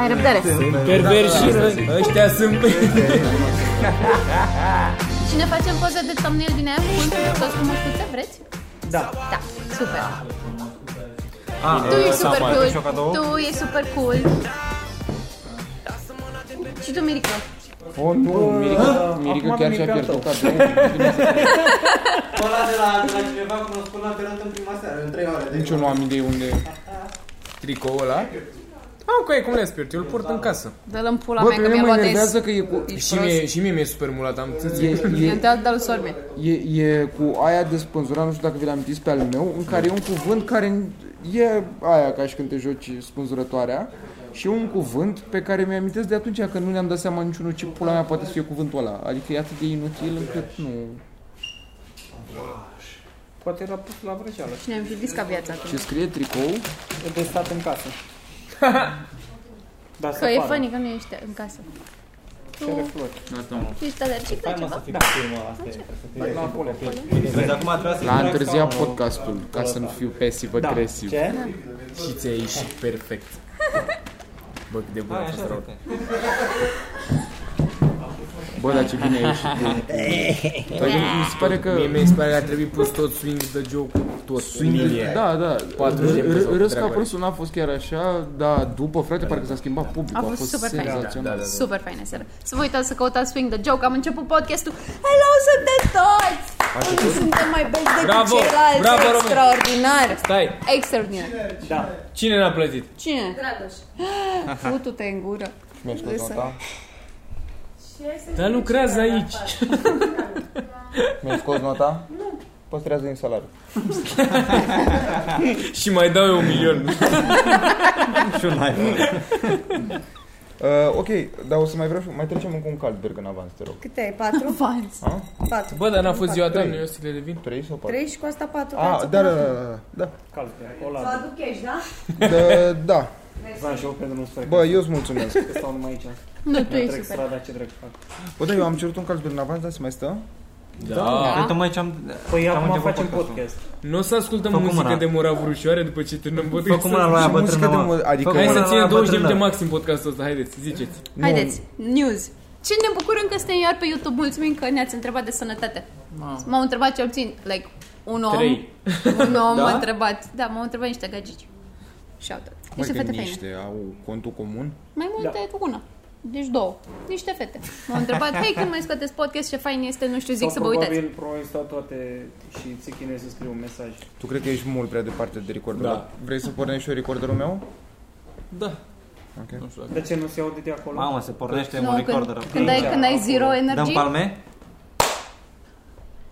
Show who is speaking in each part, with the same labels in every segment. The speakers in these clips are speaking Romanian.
Speaker 1: Ai răbdare.
Speaker 2: Perverși ăștia sunt
Speaker 1: Și ne facem poze de thumbnail din aia cu toți frumușcuțe, vreți? Da. Da, super.
Speaker 3: Ah,
Speaker 1: tu ești super cool. Tu ești super cool. Și tu, Mirica.
Speaker 4: O, nu, Mirica, Mirica chiar și-a pierdut cadou.
Speaker 3: Ăla de la, de la cineva cunoscut la Perant în prima seară, în trei ore.
Speaker 4: Nici eu nu am idee unde e.
Speaker 2: Tricoul ăla. Ah, cu e cum le spirit, eu îl port în casă.
Speaker 1: Dă-l în pula
Speaker 4: Bă,
Speaker 1: mea
Speaker 4: pe
Speaker 1: că
Speaker 4: mine
Speaker 1: mi-a
Speaker 4: mă
Speaker 1: luat des.
Speaker 4: enervează că e cu... ești
Speaker 2: Și
Speaker 4: prost.
Speaker 2: mie, și mie mi-e super mulat, am țâțe.
Speaker 4: E, e,
Speaker 1: Dă-l dă-l sorbe.
Speaker 4: e, e cu aia de spânzura, nu știu dacă vi l-am zis pe al meu, în care e un cuvânt care e aia ca și când te joci spânzurătoarea și e un cuvânt pe care mi-am amintesc de atunci că nu ne-am dat seama niciunul ce pula mea poate să fie cuvântul ăla. Adică e atât de inutil încât nu...
Speaker 5: Poate era pus la vrăjeală.
Speaker 1: Și ne-am judit ca viața atunci.
Speaker 4: Ce scrie tricou,
Speaker 5: E de stat în casă. Da,
Speaker 1: Că e funny că nu ești în casă.
Speaker 5: Cere
Speaker 1: Tu
Speaker 5: flori.
Speaker 1: ești alergic la
Speaker 3: Hai mă să
Speaker 1: ceva?
Speaker 3: fii da. filmul ăla, asta e.
Speaker 5: La Apollo.
Speaker 3: Vezi, acum trebuie să
Speaker 4: l-a
Speaker 3: trag
Speaker 4: întârziat
Speaker 3: scaunul.
Speaker 4: podcastul ca să nu fiu pasiv-agresiv.
Speaker 6: Da.
Speaker 5: Ce?
Speaker 2: Și ți-a ieșit perfect. Bă, cât de bun a fost rău.
Speaker 4: Bă, dar ce bine a ieșit. Dar mi se pare că...
Speaker 2: Mie mi se pare că ar trebui pus tot swing de joc tot swing da.
Speaker 4: Da, da,
Speaker 2: Patru
Speaker 4: r-
Speaker 2: zile
Speaker 4: r-
Speaker 2: sau
Speaker 4: Râs că
Speaker 2: dracu.
Speaker 4: apărsul n-a fost chiar așa, dar după, frate,
Speaker 6: Da.
Speaker 4: parcă s-a schimbat publicul,
Speaker 1: A fost super fain.
Speaker 2: Da, da,
Speaker 4: senzațional.
Speaker 2: da.
Speaker 1: Super faină seară. Să vă uitați să căutați Swing the Joke. Am început podcastul. Hello, suntem toți! Unii suntem mai băieți decât
Speaker 2: Bravo!
Speaker 1: ceilalți.
Speaker 2: Bravo, români!
Speaker 1: Extraordinar!
Speaker 2: Stai,
Speaker 1: Extraordinar.
Speaker 5: Da.
Speaker 2: cine n-a plătit?
Speaker 1: Cine? Ah, Dragoș. Futu-te în gură.
Speaker 4: Mi-a scos nota,
Speaker 2: Dar lucrează aici.
Speaker 4: mi-a scos nota, păstrează din salariu.
Speaker 2: Și mai dau eu un milion.
Speaker 6: Și un iPhone. Uh, ok, dar o să mai vreau și- mai trecem încă un Carlsberg în avans, te rog.
Speaker 7: Câte ai? Patru?
Speaker 1: Vans.
Speaker 7: Patru.
Speaker 2: Bă, dar n-a fost ziua ta, nu e o sticlă de vin?
Speaker 6: 3 sau 4?
Speaker 7: Trei și cu asta patru.
Speaker 6: Ah,
Speaker 7: Dați-o
Speaker 6: da, da,
Speaker 7: până
Speaker 6: da, da, da,
Speaker 5: Calpe, Ola.
Speaker 7: acum. Cash, da?
Speaker 6: da, da.
Speaker 5: Vreau și eu pentru nu sper
Speaker 6: Bă, eu îți mulțumesc.
Speaker 5: că stau numai aici.
Speaker 1: Nu, tu ești
Speaker 5: Trec
Speaker 1: super.
Speaker 5: strada, ce drept fac.
Speaker 6: Bă, da, eu am cerut un Carlsberg în avans, dar se mai stă?
Speaker 2: Da.
Speaker 1: Da?
Speaker 3: Tocmai ce am...
Speaker 5: Păi acum
Speaker 3: început
Speaker 5: facem
Speaker 3: podcastul.
Speaker 5: podcast.
Speaker 2: Nu o să ascultăm
Speaker 3: Fă cu
Speaker 2: muzică
Speaker 3: mâna.
Speaker 2: de moravrușoare după ce terminăm
Speaker 3: Fă cu mâna
Speaker 2: podcastul.
Speaker 3: lui aia
Speaker 6: Și muzică
Speaker 3: bătrână,
Speaker 6: de
Speaker 3: mă.
Speaker 6: mă- adică-
Speaker 3: Fă cu
Speaker 2: Hai
Speaker 3: mâna
Speaker 2: să
Speaker 3: lui
Speaker 2: țină
Speaker 3: aia
Speaker 2: 20 de minute
Speaker 3: bătrână.
Speaker 2: maxim podcastul ăsta, haideți, ziceți.
Speaker 1: Haideți, news. Ce ne bucurăm că suntem iar pe YouTube. Mulțumim că ne-ați întrebat de sănătate. M-au întrebat cel puțin, like, un om.
Speaker 2: Trei.
Speaker 1: Un om
Speaker 2: Da?
Speaker 1: m-a întrebat. Da, m-au întrebat niște gagici. Shout-out. Niște
Speaker 6: Măi, că
Speaker 1: fete faine.
Speaker 6: niște au contul comun.
Speaker 1: Mai multe, da. una. Deci două. Niște fete. M-au întrebat, hei, când mai scoateți podcast, ce fain este, nu știu, zic
Speaker 5: Sau
Speaker 1: să vă
Speaker 5: probabil,
Speaker 1: uitați.
Speaker 5: probabil stau toate și ți chinuie să scriu un mesaj.
Speaker 6: Tu cred că ești mult prea departe de recorderul.
Speaker 2: Da.
Speaker 6: Vrei să pornești și eu recorderul meu?
Speaker 2: Da.
Speaker 6: Ok.
Speaker 2: Nu știu. dacă-
Speaker 5: De ce nu se aude de acolo?
Speaker 3: Mamă, se pornește
Speaker 1: Nu,
Speaker 3: un recorder.
Speaker 1: când, când, ai, când ai zero
Speaker 3: Dăm
Speaker 1: energie.
Speaker 3: palme?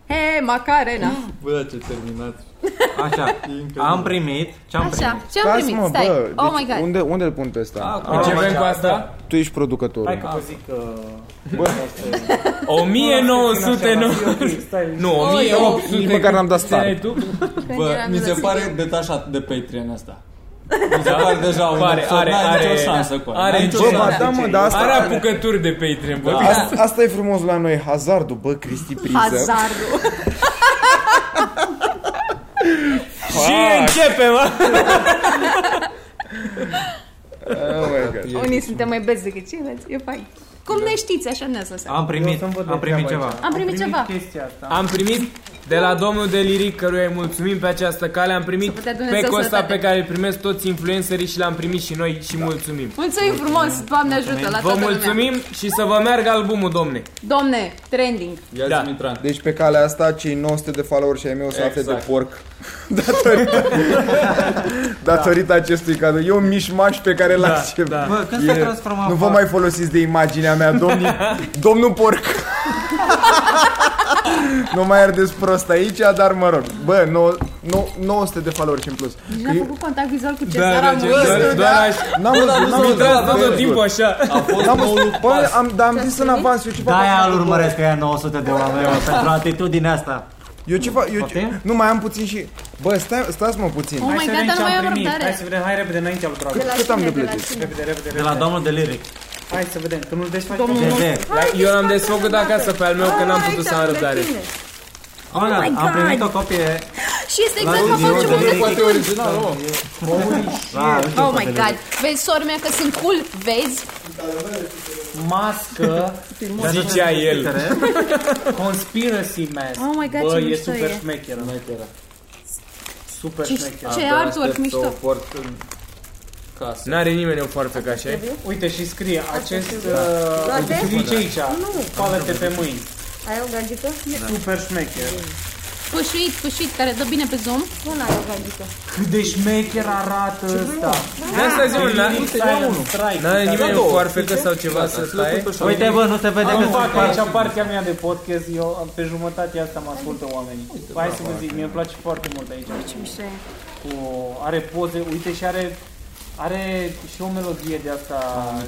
Speaker 1: Hei, Macarena.
Speaker 2: Bă, da, ce terminat.
Speaker 3: Așa. Am primit. Ce am primit?
Speaker 1: Așa, ce am primit?
Speaker 6: mă,
Speaker 1: Stai.
Speaker 6: bă,
Speaker 1: oh
Speaker 6: deci
Speaker 1: my god.
Speaker 6: unde, unde îl pun pe ăsta?
Speaker 3: Acum.
Speaker 2: Începem
Speaker 6: da.
Speaker 3: așa,
Speaker 2: cu asta?
Speaker 6: Tu ești producătorul.
Speaker 5: Hai că vă zic că...
Speaker 6: Bă.
Speaker 5: Stai,
Speaker 2: Nu,
Speaker 1: Oi,
Speaker 2: 1800.
Speaker 6: Nici măcar n-am dat
Speaker 2: Câți ani
Speaker 6: start.
Speaker 2: ai tu?
Speaker 1: Când
Speaker 8: Bă,
Speaker 1: eram
Speaker 8: mi se
Speaker 1: micuță.
Speaker 8: pare detașat de Patreon asta. Mi se pare deja un
Speaker 2: Da. Pare,
Speaker 8: absurd,
Speaker 2: are,
Speaker 8: n-ai
Speaker 2: are-
Speaker 8: nicio șansă cu ăla.
Speaker 2: are
Speaker 8: N-ai nicio
Speaker 6: Bă,
Speaker 2: ce-
Speaker 8: șansă.
Speaker 6: ba, da, mă, dar asta...
Speaker 2: Deci, Are apucături de Patreon, bă.
Speaker 6: Asta, asta e frumos la noi, hazardul, bă, Cristi Priză.
Speaker 1: Hazardul.
Speaker 2: Și începem, mă!
Speaker 6: Oh my God.
Speaker 1: Unii suntem mai beți decât ceilalți. E fain. Cum ne știți așa ne asta?
Speaker 3: Am primit.
Speaker 5: Eu să-mi văd
Speaker 3: Am primit
Speaker 5: de treaba
Speaker 3: ceva.
Speaker 1: Am primit ceva. Oh
Speaker 5: chestia asta.
Speaker 2: Am primit de la domnul de liric, căruia îi mulțumim pe această cale, am primit
Speaker 1: Să putea Dumnezeu
Speaker 2: pe costa
Speaker 1: sănătate.
Speaker 2: pe care îl primesc toți influencerii și l-am primit și noi
Speaker 6: Da.
Speaker 2: și mulțumim.
Speaker 1: Mulțumim frumos, Doamne ajută la
Speaker 2: Vă
Speaker 1: toată lumea.
Speaker 2: mulțumim și să vă meargă albumul, domne.
Speaker 1: Domne, trending.
Speaker 8: Ia
Speaker 2: Da.
Speaker 8: zi-mi, Mitran.
Speaker 6: Deci pe calea asta cei 900 de follower și ai mei o să afle de
Speaker 2: Exact.
Speaker 6: porc datorită, datorită acestui cadou. E un mișmaș pe care l-a accept.
Speaker 2: da.
Speaker 3: Bă, când se
Speaker 6: E-
Speaker 3: transforma
Speaker 6: Nu vă mai folosiți de imaginea mea, domnii, domnul porc. nu mai ardeți prost aici, dar mă rog. Bă, nou, nou, 900 de follower și în plus.
Speaker 1: Deja am făcut contact vizual cu Cezar
Speaker 2: Da, da,
Speaker 1: Amuiu.
Speaker 2: doar, doar așa.
Speaker 6: N-am văzut, n-am
Speaker 2: Mi-a
Speaker 6: văzut,
Speaker 2: intrat
Speaker 6: n-am
Speaker 2: tot
Speaker 6: văzut.
Speaker 2: timpul așa.
Speaker 8: A fost
Speaker 6: N-am văzut,
Speaker 8: noul
Speaker 6: bă,
Speaker 8: pas.
Speaker 6: am, dar am zis în avans, eu ceva...
Speaker 3: Da, aia îl urmăresc că e 900 de oameni mă, pentru atitudinea asta.
Speaker 6: Eu ceva, eu ce,
Speaker 3: Poftim?
Speaker 6: nu mai am puțin și... Bă, stai, stați mă puțin.
Speaker 1: Oh my god,
Speaker 5: să vedem
Speaker 1: dar
Speaker 5: ce
Speaker 1: nu mai
Speaker 5: am
Speaker 1: am
Speaker 5: primit. Hai
Speaker 1: răbdare.
Speaker 5: să vedem, hai repede, înainte lui Dragoș.
Speaker 6: Cât am de plătit?
Speaker 5: Repede, repede,
Speaker 3: De la
Speaker 5: repede.
Speaker 3: domnul de liric.
Speaker 5: Hai să vedem, că nu-l desfaci.
Speaker 3: CD.
Speaker 2: Eu l-am
Speaker 3: Oh
Speaker 2: desfăcut acasă pe al meu că n-am putut să am răbdare.
Speaker 3: Ana, am primit o copie
Speaker 1: Și este exact ca Pokémon de
Speaker 2: Poate original, nu?
Speaker 3: Da.
Speaker 1: Oh my god. Vezi, sora mea, că sunt cool, vezi?
Speaker 5: Mască. dar nu
Speaker 2: Zicea
Speaker 5: sunt
Speaker 2: el.
Speaker 5: titere. Conspiracy mask.
Speaker 1: Oh my God, ce
Speaker 5: Bă, e
Speaker 1: mișto
Speaker 5: super
Speaker 1: e.
Speaker 5: șmecheră. Super
Speaker 1: Ce,
Speaker 5: șmecheră.
Speaker 1: ce
Speaker 2: Abia
Speaker 1: artwork
Speaker 2: aștept să
Speaker 1: mișto.
Speaker 2: o port în casă. N-are nimeni un farfec așa e?
Speaker 5: Uite și scrie acest...
Speaker 7: Toate?
Speaker 5: Uh, zice aici.
Speaker 7: Nu.
Speaker 5: Spală-te pe mâini.
Speaker 7: Ai o gagică?
Speaker 5: Super șmecher.
Speaker 1: Pâșuit, pâșuit, care dă bine pe zoom.
Speaker 7: Nu n-ai o gagică.
Speaker 5: Cât de șmecher arată ăsta.
Speaker 2: De asta
Speaker 1: Da.
Speaker 2: zic,
Speaker 5: Unique
Speaker 2: n-are-
Speaker 5: Silent Strike.
Speaker 2: n-are nimeni un
Speaker 5: Două.
Speaker 2: farfec sau ceva să taie?
Speaker 9: Uite, bă, nu se vede
Speaker 5: Am
Speaker 9: că
Speaker 5: fac
Speaker 9: sunt aici.
Speaker 5: aici partea mea de podcast, eu am- pe jumătate asta mă ascultă oamenii. Hai să vă zic, mie îmi place foarte mult aici.
Speaker 7: Ce mișto e.
Speaker 5: Cu, are poze, uite și are are și o melodie de asta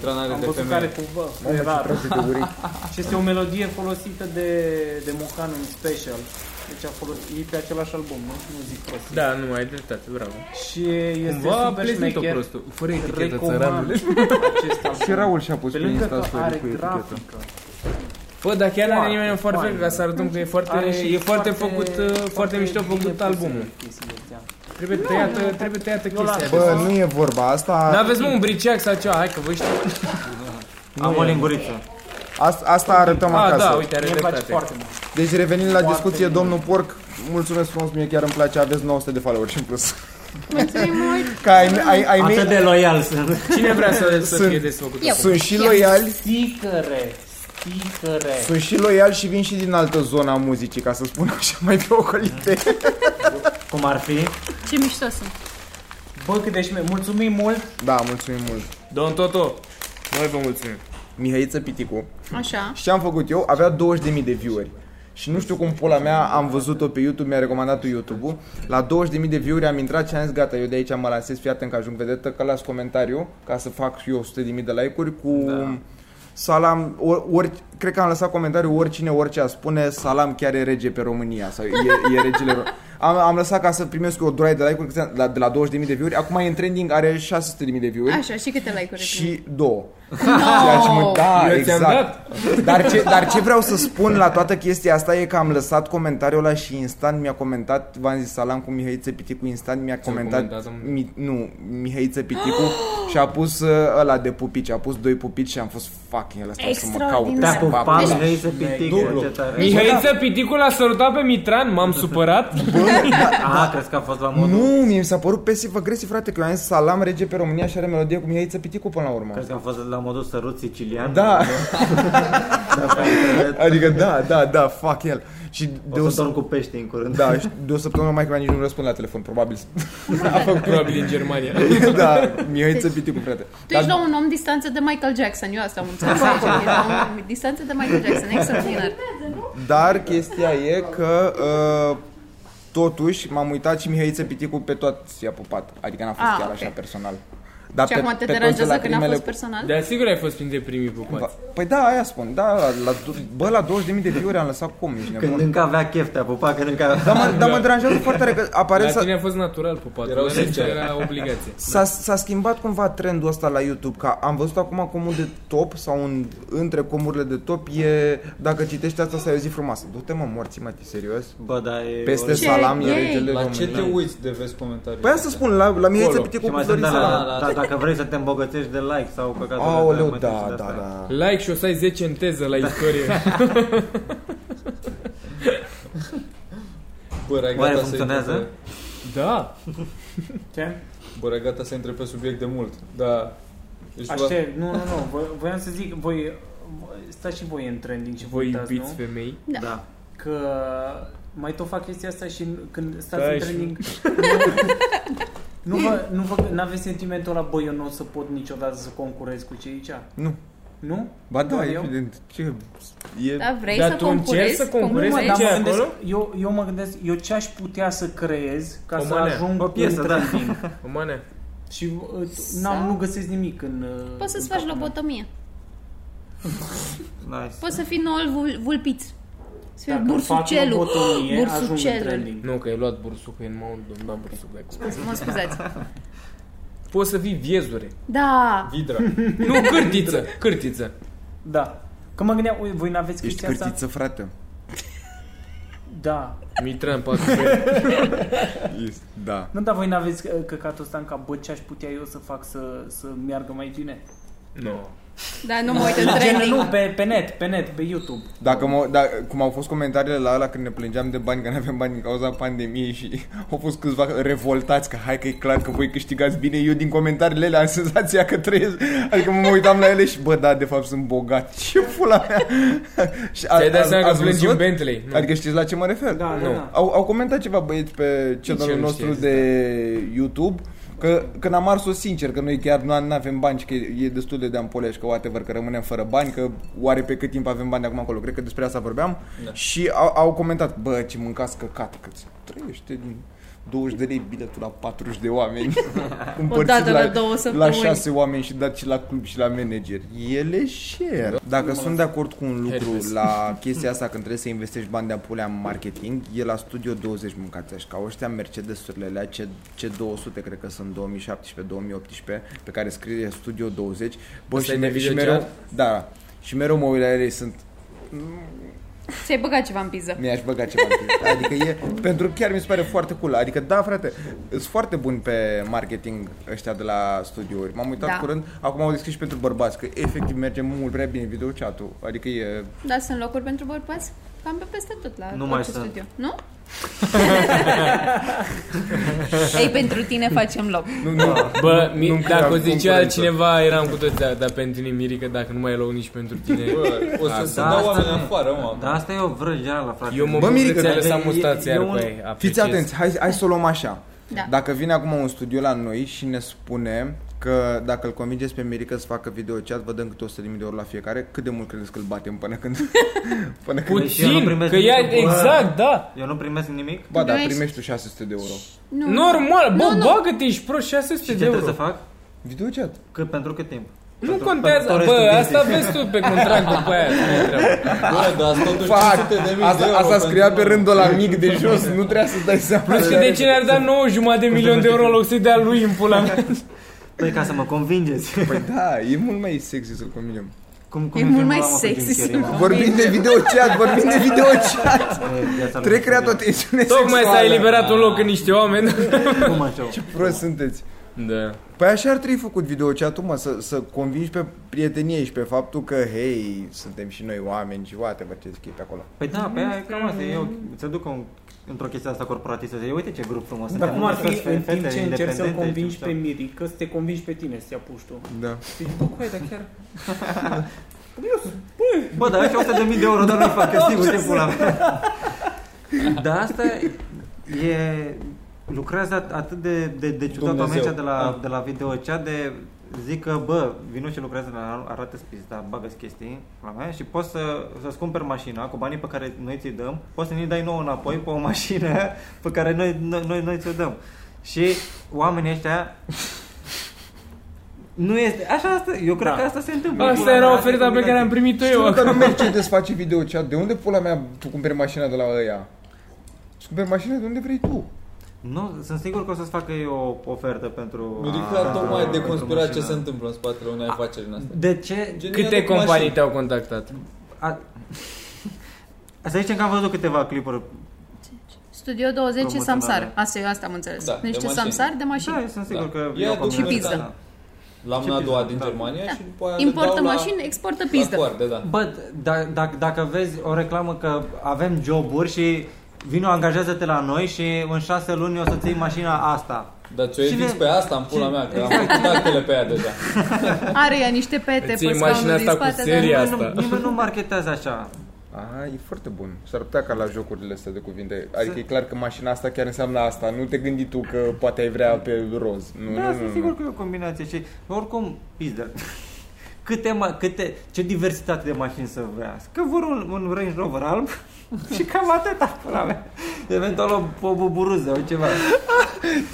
Speaker 8: tranare
Speaker 5: am
Speaker 8: de
Speaker 5: văzut
Speaker 8: femeie.
Speaker 5: care cu bă, cu rar. Și este o melodie folosită de, de Mocan în special. Deci a folosit, e pe același album, nu? Nu zic prost.
Speaker 2: Da, nu, ai dreptate, bravo.
Speaker 5: Și este
Speaker 2: Cumva a
Speaker 5: super
Speaker 2: plezit-o
Speaker 5: șmecher.
Speaker 2: prostul. Fără etichetă,
Speaker 5: Recomand
Speaker 2: țăranule.
Speaker 5: acest album.
Speaker 6: Și Raul și-a pus
Speaker 5: Pe
Speaker 6: pe
Speaker 5: lângă
Speaker 6: Insta
Speaker 5: că are
Speaker 6: story cu etichetă.
Speaker 5: grafică.
Speaker 2: Bă, dar chiar are
Speaker 5: Foarte,
Speaker 2: nimeni un farfec
Speaker 5: foarte.
Speaker 2: ca să arătăm că e foarte,
Speaker 5: Are și
Speaker 2: e foarte făcut, uh, foarte mișto
Speaker 5: bine
Speaker 2: făcut
Speaker 5: puse
Speaker 2: albumul.
Speaker 5: chestiile astea.
Speaker 2: Trebuie tăiată, trebuie tăiată chestia aia.
Speaker 6: Bă, nu e vorba asta.
Speaker 2: N-aveți mă un briceac sau ceva, hai că vă știu.
Speaker 9: Am o linguriță.
Speaker 6: Asta, asta arătăm
Speaker 2: A,
Speaker 6: acasă.
Speaker 2: da, uite, are
Speaker 5: Mie îmi place
Speaker 2: dreptate.
Speaker 5: foarte mult.
Speaker 6: Deci revenind la discuție,
Speaker 5: bine.
Speaker 6: domnul Porc, mulțumesc frumos, mie chiar îmi place, aveți 900 de followeri în plus.
Speaker 1: Mulțumim mult.
Speaker 6: Ca ai, ai, ai mei,
Speaker 9: Atât de loial sunt.
Speaker 2: Cine vrea să, să
Speaker 6: Sunt-
Speaker 2: fie desfăcut?
Speaker 1: Eu.
Speaker 6: sunt și
Speaker 1: Ia.
Speaker 6: loiali,
Speaker 5: Sticăre, sticăre.
Speaker 6: sunt și loiali și vin și din altă zona a muzicii, ca să spun așa, mai pe ocolite.
Speaker 9: Cum ar fi?
Speaker 6: Deci
Speaker 1: Ce mișto sunt.
Speaker 5: Bă, cât de șme... Mulțumim mult.
Speaker 6: Da, mulțumim mult.
Speaker 2: Don Toto, noi vă mulțumim.
Speaker 6: Mihăiță Piticu.
Speaker 1: Așa.
Speaker 6: Și ce am făcut eu? Avea 20.000 de view-uri. Și nu știu cum pula mea am văzut-o pe YouTube, mi-a recomandat YouTube-ul. La 20.000 de view-uri am intrat și am zis gata, eu de aici mă lansez, fii atent că ajung vedetă, că las comentariu ca să fac și eu 100.000 de like-uri cu da. salam, or, ori, cred că am lăsat comentariu oricine, orice a spune, salam chiar e rege pe România sau e, e regele Ro- am, am lăsat ca să primesc o droaie de like-uri că la, de la 20.000 de view-uri. Acum e în trending, are 600.000 de view-uri
Speaker 1: Așa, și câte like-uri și...
Speaker 6: și două. Ceea ce mă, da,
Speaker 2: Eu ți-am
Speaker 6: exact. Dar ce, dar ce vreau să spun la toată chestia asta e că am lăsat comentariul ăla și instant mi-a comentat, v-am zis salam cu Mihai Piticu, instant mi-a comentat,
Speaker 2: comentează?
Speaker 6: mi, nu, Mihai Piticu și a pus uh, ăla de pupici, a pus doi pupici și am fost fucking el ăsta o să mă caute.
Speaker 1: Extraordinar.
Speaker 9: Te-a
Speaker 6: să mă
Speaker 9: pupat,
Speaker 6: bag.
Speaker 9: vrei să pitică, ce tare.
Speaker 6: Deci
Speaker 2: Mihăiță Piticul a salutat pe Mitran, m-am supărat.
Speaker 9: da. Aha, crezi că a fost la modul?
Speaker 6: Nu, mi s-a părut pasiv-agresiv, frate, că eu am zis salam rege pe România și are melodie cu Mihai Piticu până la urmă.
Speaker 9: Crezi că am fost la modul sărut sicilian?
Speaker 6: Da.
Speaker 9: Da, pe internet.
Speaker 6: Adică da, da, da, fuck el. Și de
Speaker 9: O
Speaker 6: o
Speaker 9: să
Speaker 6: să
Speaker 9: dorm cu pești în curând.
Speaker 6: Da, și de o săptămână mai că nici nu răspund la telefon, probabil.
Speaker 2: A făcut probabil din Germania.
Speaker 6: da, mi-ai țăpit cu frate.
Speaker 1: Tu ești la un om distanță de Michael Jackson, eu asta am înțeles aici. Ești la un om distanță de Michael Jackson, extraordinar.
Speaker 6: Dar chestia e că uh, totuși m-am uitat și Mihai Țăpiticu pe toți i-a pupat. Adică n-a fost
Speaker 1: Ah,
Speaker 6: chiar
Speaker 1: ok.
Speaker 6: așa personal. Dar
Speaker 1: Și acum te
Speaker 6: toți
Speaker 1: deranjează că n-a
Speaker 6: lacrimele
Speaker 1: fost
Speaker 6: cu-
Speaker 1: personal?
Speaker 2: Dar sigur ai fost printre primii pupați.
Speaker 6: Păi da, aia spun. Da, la, la, bă, la 20.000 de view-uri am lăsat cum, ești
Speaker 9: Când
Speaker 6: nebun.
Speaker 9: încă avea chef, te-a pupat, când încă avea...
Speaker 6: Dar Da, mă, dar mă deranjează foarte tare că apare
Speaker 2: Da. La
Speaker 6: să...
Speaker 2: tine a fost natural pupatul,
Speaker 8: Erau
Speaker 2: la rest
Speaker 8: sincere.
Speaker 2: era obligație.
Speaker 6: S-a, s-a schimbat cumva trendul ăsta la YouTube, că am văzut acum comul de top sau un, între comurile de top e, dacă citești asta să ai o zi frumoasă. Du-te mă, morții mă, serios?
Speaker 9: Bă, dar e...
Speaker 6: Peste
Speaker 1: Ce?
Speaker 6: salam e
Speaker 1: Ei!
Speaker 6: regele
Speaker 8: La ce
Speaker 6: României.
Speaker 2: da.
Speaker 8: te uiți de vezi comentarii?
Speaker 6: Păi asta spun, la, la mine
Speaker 2: Acolo.
Speaker 6: este piticul cu
Speaker 9: Și mai sunt
Speaker 6: Florin
Speaker 9: da,
Speaker 6: Salam.
Speaker 9: da, da, dacă vrei să te îmbogățești de like sau căcatul
Speaker 6: Aoleu, da, da, da.
Speaker 2: Like și o să ai 10 în teză la istorie.
Speaker 8: Bărea
Speaker 9: Oare
Speaker 8: gata să
Speaker 9: funcționează?
Speaker 8: intre pe-
Speaker 2: Da.
Speaker 5: Ce?
Speaker 8: Bărea gata să intre pe subiect de mult. Da.
Speaker 2: Deci,
Speaker 8: Ești va-
Speaker 5: Aștept, nu, nu, nu, vo- voiam să zic, voi, voi- stați și voi în trending și
Speaker 2: Voi
Speaker 5: uitați,
Speaker 2: iubiți
Speaker 5: nu?
Speaker 2: femei.
Speaker 9: Da.
Speaker 5: Că mai tot fac chestia asta și când stați
Speaker 2: Da,
Speaker 5: în
Speaker 2: și-
Speaker 5: trending... Nu, nu vă, nu vă, n-aveți sentimentul ăla, bă, eu nu o să pot niciodată să concurez cu cei aici?
Speaker 6: Nu.
Speaker 5: Nu?
Speaker 6: Ba da,
Speaker 5: Doar eu?
Speaker 6: evident. Ce... E...
Speaker 1: Dar Da, vrei
Speaker 2: Dar
Speaker 1: să
Speaker 2: tu încerci
Speaker 1: concurezi? Păi
Speaker 2: să concurezi
Speaker 5: Mă,
Speaker 1: Concurezi?
Speaker 2: aici?
Speaker 5: dar
Speaker 2: e
Speaker 5: mă gândesc,
Speaker 2: acolo?
Speaker 5: eu, eu mă gândesc, eu ce aș putea să creez ca
Speaker 2: O
Speaker 5: să
Speaker 2: manea.
Speaker 5: ajung
Speaker 9: O piesă,
Speaker 5: în
Speaker 9: da.
Speaker 5: trending.
Speaker 2: O manea.
Speaker 5: Și uh, n-am, nu găsesc nimic în... uh,
Speaker 1: Poți să-ți
Speaker 5: în
Speaker 1: faci
Speaker 5: capul meu.
Speaker 1: lobotomie.
Speaker 9: Nice.
Speaker 1: Poți să fii noul vul- vulpiț. Să fii
Speaker 5: Dacă fac
Speaker 1: bursucelul.
Speaker 5: lobotomie, ajung în
Speaker 1: Bursucelul.
Speaker 5: trending.
Speaker 2: Nu, că ai luat bursucul, e în maul, nu am bursucul acum.
Speaker 1: Mă scuzați.
Speaker 2: Poți să fii viezure.
Speaker 1: Da.
Speaker 8: Vidra.
Speaker 2: Nu, cârtiță, cârtiță.
Speaker 5: Da. Că mă gândeam, ui, voi n-aveți
Speaker 6: Ești
Speaker 5: chestia asta?
Speaker 6: cârtiță, frate.
Speaker 5: Da.
Speaker 2: Mitra în patru pe... Yes, Da.
Speaker 5: Nu, dar voi n-aveți uh, căcatul ăsta în cap, bă, ce aș putea eu să fac să, să meargă mai bine?
Speaker 2: Nu.
Speaker 1: Da, nu mă uit în
Speaker 5: Gen, nu,
Speaker 1: trending.
Speaker 5: pe, pe net, pe net, pe YouTube.
Speaker 6: Dacă mă, da, cum au fost comentariile la ăla când ne plângeam de bani, că nu aveam bani din cauza pandemiei și au fost câțiva revoltați, că hai că e clar că voi câștigați bine, eu din comentariile alea am senzația că trăiesc, adică mă uitam la ele și bă, da, de fapt sunt bogat, ce pula mea. și a-
Speaker 2: Ți-ai dat
Speaker 6: a-
Speaker 2: seama că
Speaker 6: ați
Speaker 2: plângi
Speaker 6: văzut?
Speaker 2: un Bentley? Nu.
Speaker 6: Adică știți la ce mă refer?
Speaker 5: Da, da,
Speaker 2: Nu.
Speaker 5: da.
Speaker 6: Au, au comentat ceva băieți pe
Speaker 2: ce
Speaker 6: channelul
Speaker 2: nu
Speaker 6: nostru
Speaker 2: știați,
Speaker 6: de YouTube că, că n-am ars-o sincer, că noi chiar nu avem bani și că e, e destul de deampolea și că whatever, că rămânem fără bani, că oare pe cât timp avem bani de acum acolo, cred că despre asta vorbeam
Speaker 8: Da.
Speaker 6: și au, au comentat, bă, ce mâncați căcat, că trăiește din 20 de lei biletul la 40 de oameni
Speaker 7: Odată
Speaker 6: împărțit
Speaker 7: la
Speaker 6: la,
Speaker 7: două
Speaker 6: la
Speaker 7: săptămâni.
Speaker 6: șase oameni și dat și la club și la manager. Ele share. Dacă sunt de acord cu un lucru
Speaker 2: Herpes.
Speaker 6: la chestia asta când trebuie să investești bani de apulea în marketing, e la Studio 20 mâncați așa. Au ăștia Mercedes-urile alea C, C200, cred că sunt 2017-2018, pe care scrie Studio 20. Bă,
Speaker 2: Asta
Speaker 6: și,
Speaker 2: e de
Speaker 6: me- și
Speaker 2: video
Speaker 6: mereu,
Speaker 2: chat?
Speaker 6: da, și mereu mă uit la ele, sunt
Speaker 7: Ți-ai băgat ceva în piză.
Speaker 6: mi-aș băga ceva în pizza. Adică e, pentru chiar mi se pare foarte cool. Adică da, frate, sunt foarte buni pe marketing ăștia de la studiouri. M-am uitat
Speaker 1: Da.
Speaker 6: da. curând, acum au deschis și pentru bărbați, că efectiv merge mult prea bine video chat-ul. Adică e...
Speaker 1: Da, sunt locuri pentru bărbați cam pe peste tot la
Speaker 9: Nu mai
Speaker 1: orice
Speaker 9: sunt.
Speaker 1: studio. Nu? Ei, pentru tine facem loc.
Speaker 6: Nu, nu,
Speaker 2: Bă, mi,
Speaker 6: Nu-mi
Speaker 2: dacă
Speaker 6: cream
Speaker 2: o zicea
Speaker 6: concurență.
Speaker 2: cineva, eram cu toți, dar dar pentru tine, Mirica, dacă nu mai e loc nici pentru tine.
Speaker 8: Bă, o să, să
Speaker 9: da,
Speaker 8: dau
Speaker 9: asta
Speaker 8: oameni
Speaker 9: nu.
Speaker 8: afară, mă.
Speaker 9: Dar asta e o vrăjeală, frate.
Speaker 2: Eu mă
Speaker 6: Bă,
Speaker 2: bucur
Speaker 6: Mirica,
Speaker 2: că ți-ai
Speaker 6: dar
Speaker 2: lăsat
Speaker 9: e-
Speaker 2: mustața
Speaker 9: e
Speaker 2: iar
Speaker 9: un-
Speaker 2: pe aia.
Speaker 6: Fiți atenți, hai, hai să o luăm așa.
Speaker 1: Da.
Speaker 6: Dacă vine acum un studio la noi și ne spune că dacă îl convingeți pe Mirica să facă video chat, vă dăm câte 100.000 de ori la fiecare, cât de mult credeți că îl batem până când... până când...
Speaker 9: Deci eu nu
Speaker 2: Puțin,
Speaker 9: primesc
Speaker 2: că ea,
Speaker 9: nimic.
Speaker 2: exact, da.
Speaker 9: Eu nu primesc nimic?
Speaker 6: Ba da,
Speaker 1: Primești-
Speaker 6: primești tu 600 de euro.
Speaker 1: Nu.
Speaker 2: Normal,
Speaker 1: Mm. Nu,
Speaker 2: bă,
Speaker 1: nu.
Speaker 2: bagă-te, ești prost 600
Speaker 9: Ce
Speaker 2: de
Speaker 9: trebuie să
Speaker 2: euro.
Speaker 9: fac?
Speaker 6: Video chat.
Speaker 9: Cât, pentru cât timp?
Speaker 2: Nu
Speaker 9: Pentru-
Speaker 2: contează,
Speaker 9: pentru
Speaker 2: bă,
Speaker 9: restul
Speaker 2: asta vezi tu pe contract după aia. nu-i treabă.
Speaker 9: Da.
Speaker 8: Bă, dar asta totuși
Speaker 6: Fac!
Speaker 8: 500 de mii
Speaker 6: Asta,
Speaker 8: de euro
Speaker 6: asta scria pe
Speaker 8: pentru-
Speaker 6: rândul la mic de jos, nu trebuia să dai seama.
Speaker 2: Plus că de ce ne-ar da 9 jumătate de milion de euro în loc să-i dea lui în pula mea.
Speaker 9: Păi ca să mă convingeți.
Speaker 6: Păi da, e mult mai sexy să-l combinăm.
Speaker 9: Cum, cum
Speaker 7: E
Speaker 9: filmul
Speaker 7: mult mai
Speaker 9: ăla, mă, cu Jim
Speaker 7: sexy să
Speaker 9: Carrey, mă?
Speaker 2: Da,
Speaker 6: Vorbim de video chat, vorbim de video chat.
Speaker 9: E, viața lui
Speaker 6: Trebuie creat o
Speaker 9: Jim
Speaker 6: tensiune
Speaker 2: Tocmai s-a
Speaker 6: sexuală.
Speaker 2: eliberat un loc în niște oameni.
Speaker 9: Carrey. Cum așa?
Speaker 6: Prost sunteți.
Speaker 2: Da.
Speaker 6: Păi așa ar trebui făcut video chat mă, să, să convingi pe prietenie și pe faptul că, hei, suntem și noi oameni și whatever ce scrie pe acolo.
Speaker 9: Păi da, pe aia e cam asta. Eu se duc în, într-o chestie asta corporatistă. Zic, uite ce grup frumos.
Speaker 5: Dar
Speaker 9: suntem,
Speaker 5: cum ar
Speaker 9: toți
Speaker 5: fi în timp
Speaker 9: Da, fete
Speaker 5: ce încerci să-l
Speaker 9: independente, deci, da.
Speaker 5: convingi
Speaker 9: ce
Speaker 5: pe
Speaker 9: știu.
Speaker 5: Miri, că să te convingi pe tine să te apuci tu.
Speaker 6: Da.
Speaker 5: Zici, bă, coai, dar chiar...
Speaker 9: Bă, dar ăștia 100 de mii de euro doar nu fac, eu
Speaker 2: Da.
Speaker 9: sigur, ce pula mea. Dar asta e... Lucrează at- atât de, de, de ciudat
Speaker 8: Dumnezeu.
Speaker 9: oamenii ăștia de la,
Speaker 8: Ah.
Speaker 9: de la video cea de zic că, bă, vino și lucrează la arată spis, dar bagă chestii la mea și poți să, să-ți cumperi mașina cu banii pe care noi ți-i dăm, poți să ne dai nouă înapoi pe o mașină pe care noi, noi, noi, noi ți-o dăm. Și oamenii ăștia nu este, așa asta, eu cred
Speaker 5: Da.
Speaker 9: că asta se întâmplă.
Speaker 2: Asta
Speaker 9: Pula mea,
Speaker 2: era
Speaker 9: asta e
Speaker 2: oferta pe care am primit-o eu
Speaker 6: Știu că
Speaker 2: acum.
Speaker 6: nu Mercedes face video chat. De unde pula mea tu cumperi mașina de la ăia? Îți cumperi mașina de unde vrei tu.
Speaker 9: Nu, sunt sigur că o să-ți facă ei o ofertă pentru...
Speaker 8: Mirica
Speaker 9: pentru-
Speaker 8: tocmai de
Speaker 9: pentru
Speaker 8: conspira ce
Speaker 9: Ah, mașină.
Speaker 8: se întâmplă în spatele unei afaceri în astea.
Speaker 9: De ce?
Speaker 8: Gen,
Speaker 2: Câte
Speaker 8: ia cu
Speaker 2: companii
Speaker 8: mașini.
Speaker 2: te-au contactat?
Speaker 9: A... Să zicem că am văzut câteva clipuri.
Speaker 1: Studio 20 e
Speaker 9: Promoționare.
Speaker 1: Samsar. Asta e asta am înțeles.
Speaker 8: Da, de
Speaker 1: Niște
Speaker 8: mașini.
Speaker 1: Samsar de mașini.
Speaker 9: Da, eu sunt sigur
Speaker 8: Da.
Speaker 9: că...
Speaker 8: Ia
Speaker 9: eu
Speaker 8: aduc
Speaker 9: combinez
Speaker 1: pizza.
Speaker 9: asta.
Speaker 8: L-am
Speaker 9: Ce
Speaker 8: la a doua
Speaker 9: pizza,
Speaker 8: din
Speaker 9: da.
Speaker 8: Germania
Speaker 1: Da.
Speaker 8: și după aia le
Speaker 1: Importă
Speaker 8: dau la-
Speaker 1: mașini, exportă
Speaker 8: La
Speaker 1: pizdă.
Speaker 8: coarde, da.
Speaker 9: Bă, da- dacă, dacă vezi o reclamă că avem joburi și vino, angajează-te la noi și în șase luni o să-ți iei mașina asta.
Speaker 8: Dar ți-o eviți
Speaker 9: Cine-
Speaker 8: pe asta în pula
Speaker 9: cine-
Speaker 8: mea, că am
Speaker 7: Exact.
Speaker 8: contactele pe ea deja.
Speaker 1: Are ea niște pete
Speaker 2: Îți
Speaker 1: pe
Speaker 2: iei mașina
Speaker 1: scaunul din
Speaker 2: asta cu
Speaker 1: spate.
Speaker 2: seria
Speaker 1: dar-
Speaker 9: Nimeni
Speaker 2: asta.
Speaker 9: nu, nimeni nu marketează așa.
Speaker 6: Aha, e foarte bun. S-ar putea ca la jocurile astea de cuvinte. Adică e clar că mașina asta chiar înseamnă asta. Nu te gândi tu că poate ai vrea pe roz. Nu,
Speaker 9: Da,
Speaker 6: nu,
Speaker 9: sunt
Speaker 6: nu,
Speaker 9: sigur
Speaker 6: nu.
Speaker 9: că e o combinație și oricum, pizdă. Câte, ma- câte, ce diversitate de mașini să vrea. Că vor un, un Range Rover alb și cam atâta până mea. Eventual o, o buburuză, o ceva.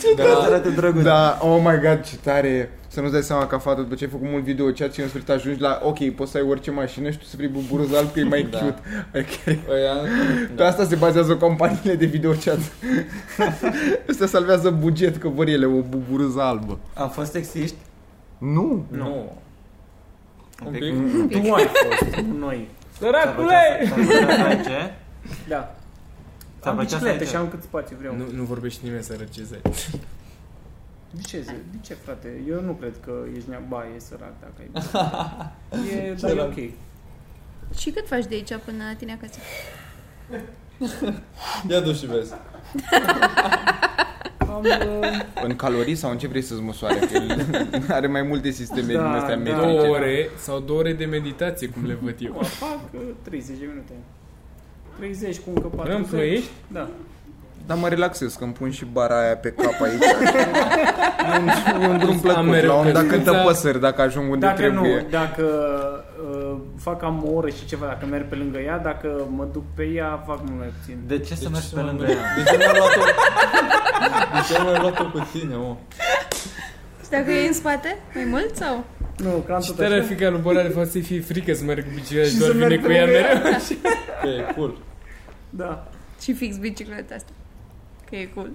Speaker 9: ce da, arată drăguț.
Speaker 6: Da, oh my god, ce tare Să nu-ți dai seama ca fata după ce ai făcut mult video chat și în sfârșit ajungi la Ok, poți să ai orice mașină și tu să vrei buburuz alb că e mai
Speaker 8: Da.
Speaker 6: cute okay.
Speaker 8: Ăia,
Speaker 6: Pe asta se bazează companiile de video chat Asta salvează buget că vor ele o buburuză albă
Speaker 9: Am fost sexiști?
Speaker 6: Nu,
Speaker 8: nu.
Speaker 9: Un
Speaker 8: Un
Speaker 9: Adică pic.
Speaker 8: pic.
Speaker 5: Tu ai fost, nu noi.
Speaker 9: S-ar putea
Speaker 2: Săracule!
Speaker 9: să- s-ar putea să ai ce?
Speaker 5: Da.
Speaker 9: Ți-a
Speaker 5: Am
Speaker 9: plăcea să
Speaker 5: biciclete
Speaker 9: ai
Speaker 5: și am cât spațiu vreau.
Speaker 2: Nu, nu vorbește nimeni să răceze.
Speaker 5: De ce, zi- de ce, frate? Eu nu cred că ești nea... Ba, e sărac dacă ai biciclete. E, dar e ok.
Speaker 1: da. Și cât faci de aici până la tine acasă?
Speaker 8: Ia du și vezi.
Speaker 5: Am, uh,
Speaker 6: În calorii sau în ce vrei să-ți măsoare? Că el are mai multe sisteme
Speaker 5: Da,
Speaker 6: din astea
Speaker 5: da.
Speaker 6: metrice.
Speaker 2: Două ore sau două ore de meditație, cum le văd eu.
Speaker 5: o fac uh, 30 de minute. 30 cu încă 40.
Speaker 2: Până în ploiești?
Speaker 5: Da.
Speaker 6: Dar mă relaxez când pun și bara aia pe cap aici. e un, e un drum
Speaker 2: Am
Speaker 6: plăcut
Speaker 2: mereu
Speaker 6: la un dacă
Speaker 2: căsuța.
Speaker 6: cântă păsări, dacă ajung unde
Speaker 5: Dacă
Speaker 6: trebuie.
Speaker 5: nu, dacă uh, fac cam o oră și ceva, dacă merg pe lângă ea, dacă mă duc pe ea, fac mult mai puțin.
Speaker 9: De ce să mergi pe lângă
Speaker 8: De
Speaker 5: Deci,
Speaker 9: ea?
Speaker 8: ce n-ai luat-o? De ce n-ai luat-o cu tine, mă?
Speaker 1: Și dacă e în spate, mai mult sau?
Speaker 5: Nu, cam
Speaker 2: Și
Speaker 5: tot
Speaker 2: tare ar
Speaker 5: așa.
Speaker 2: fi ca lui Bora de fapt să-i fie frică să meargă cu bicicleta și doar
Speaker 5: să
Speaker 2: vine
Speaker 5: meargă
Speaker 2: cu ea
Speaker 5: cu ea.
Speaker 2: mereu.
Speaker 8: Că e cool.
Speaker 5: Da.
Speaker 7: Și fix bicicleta asta. Că e cool.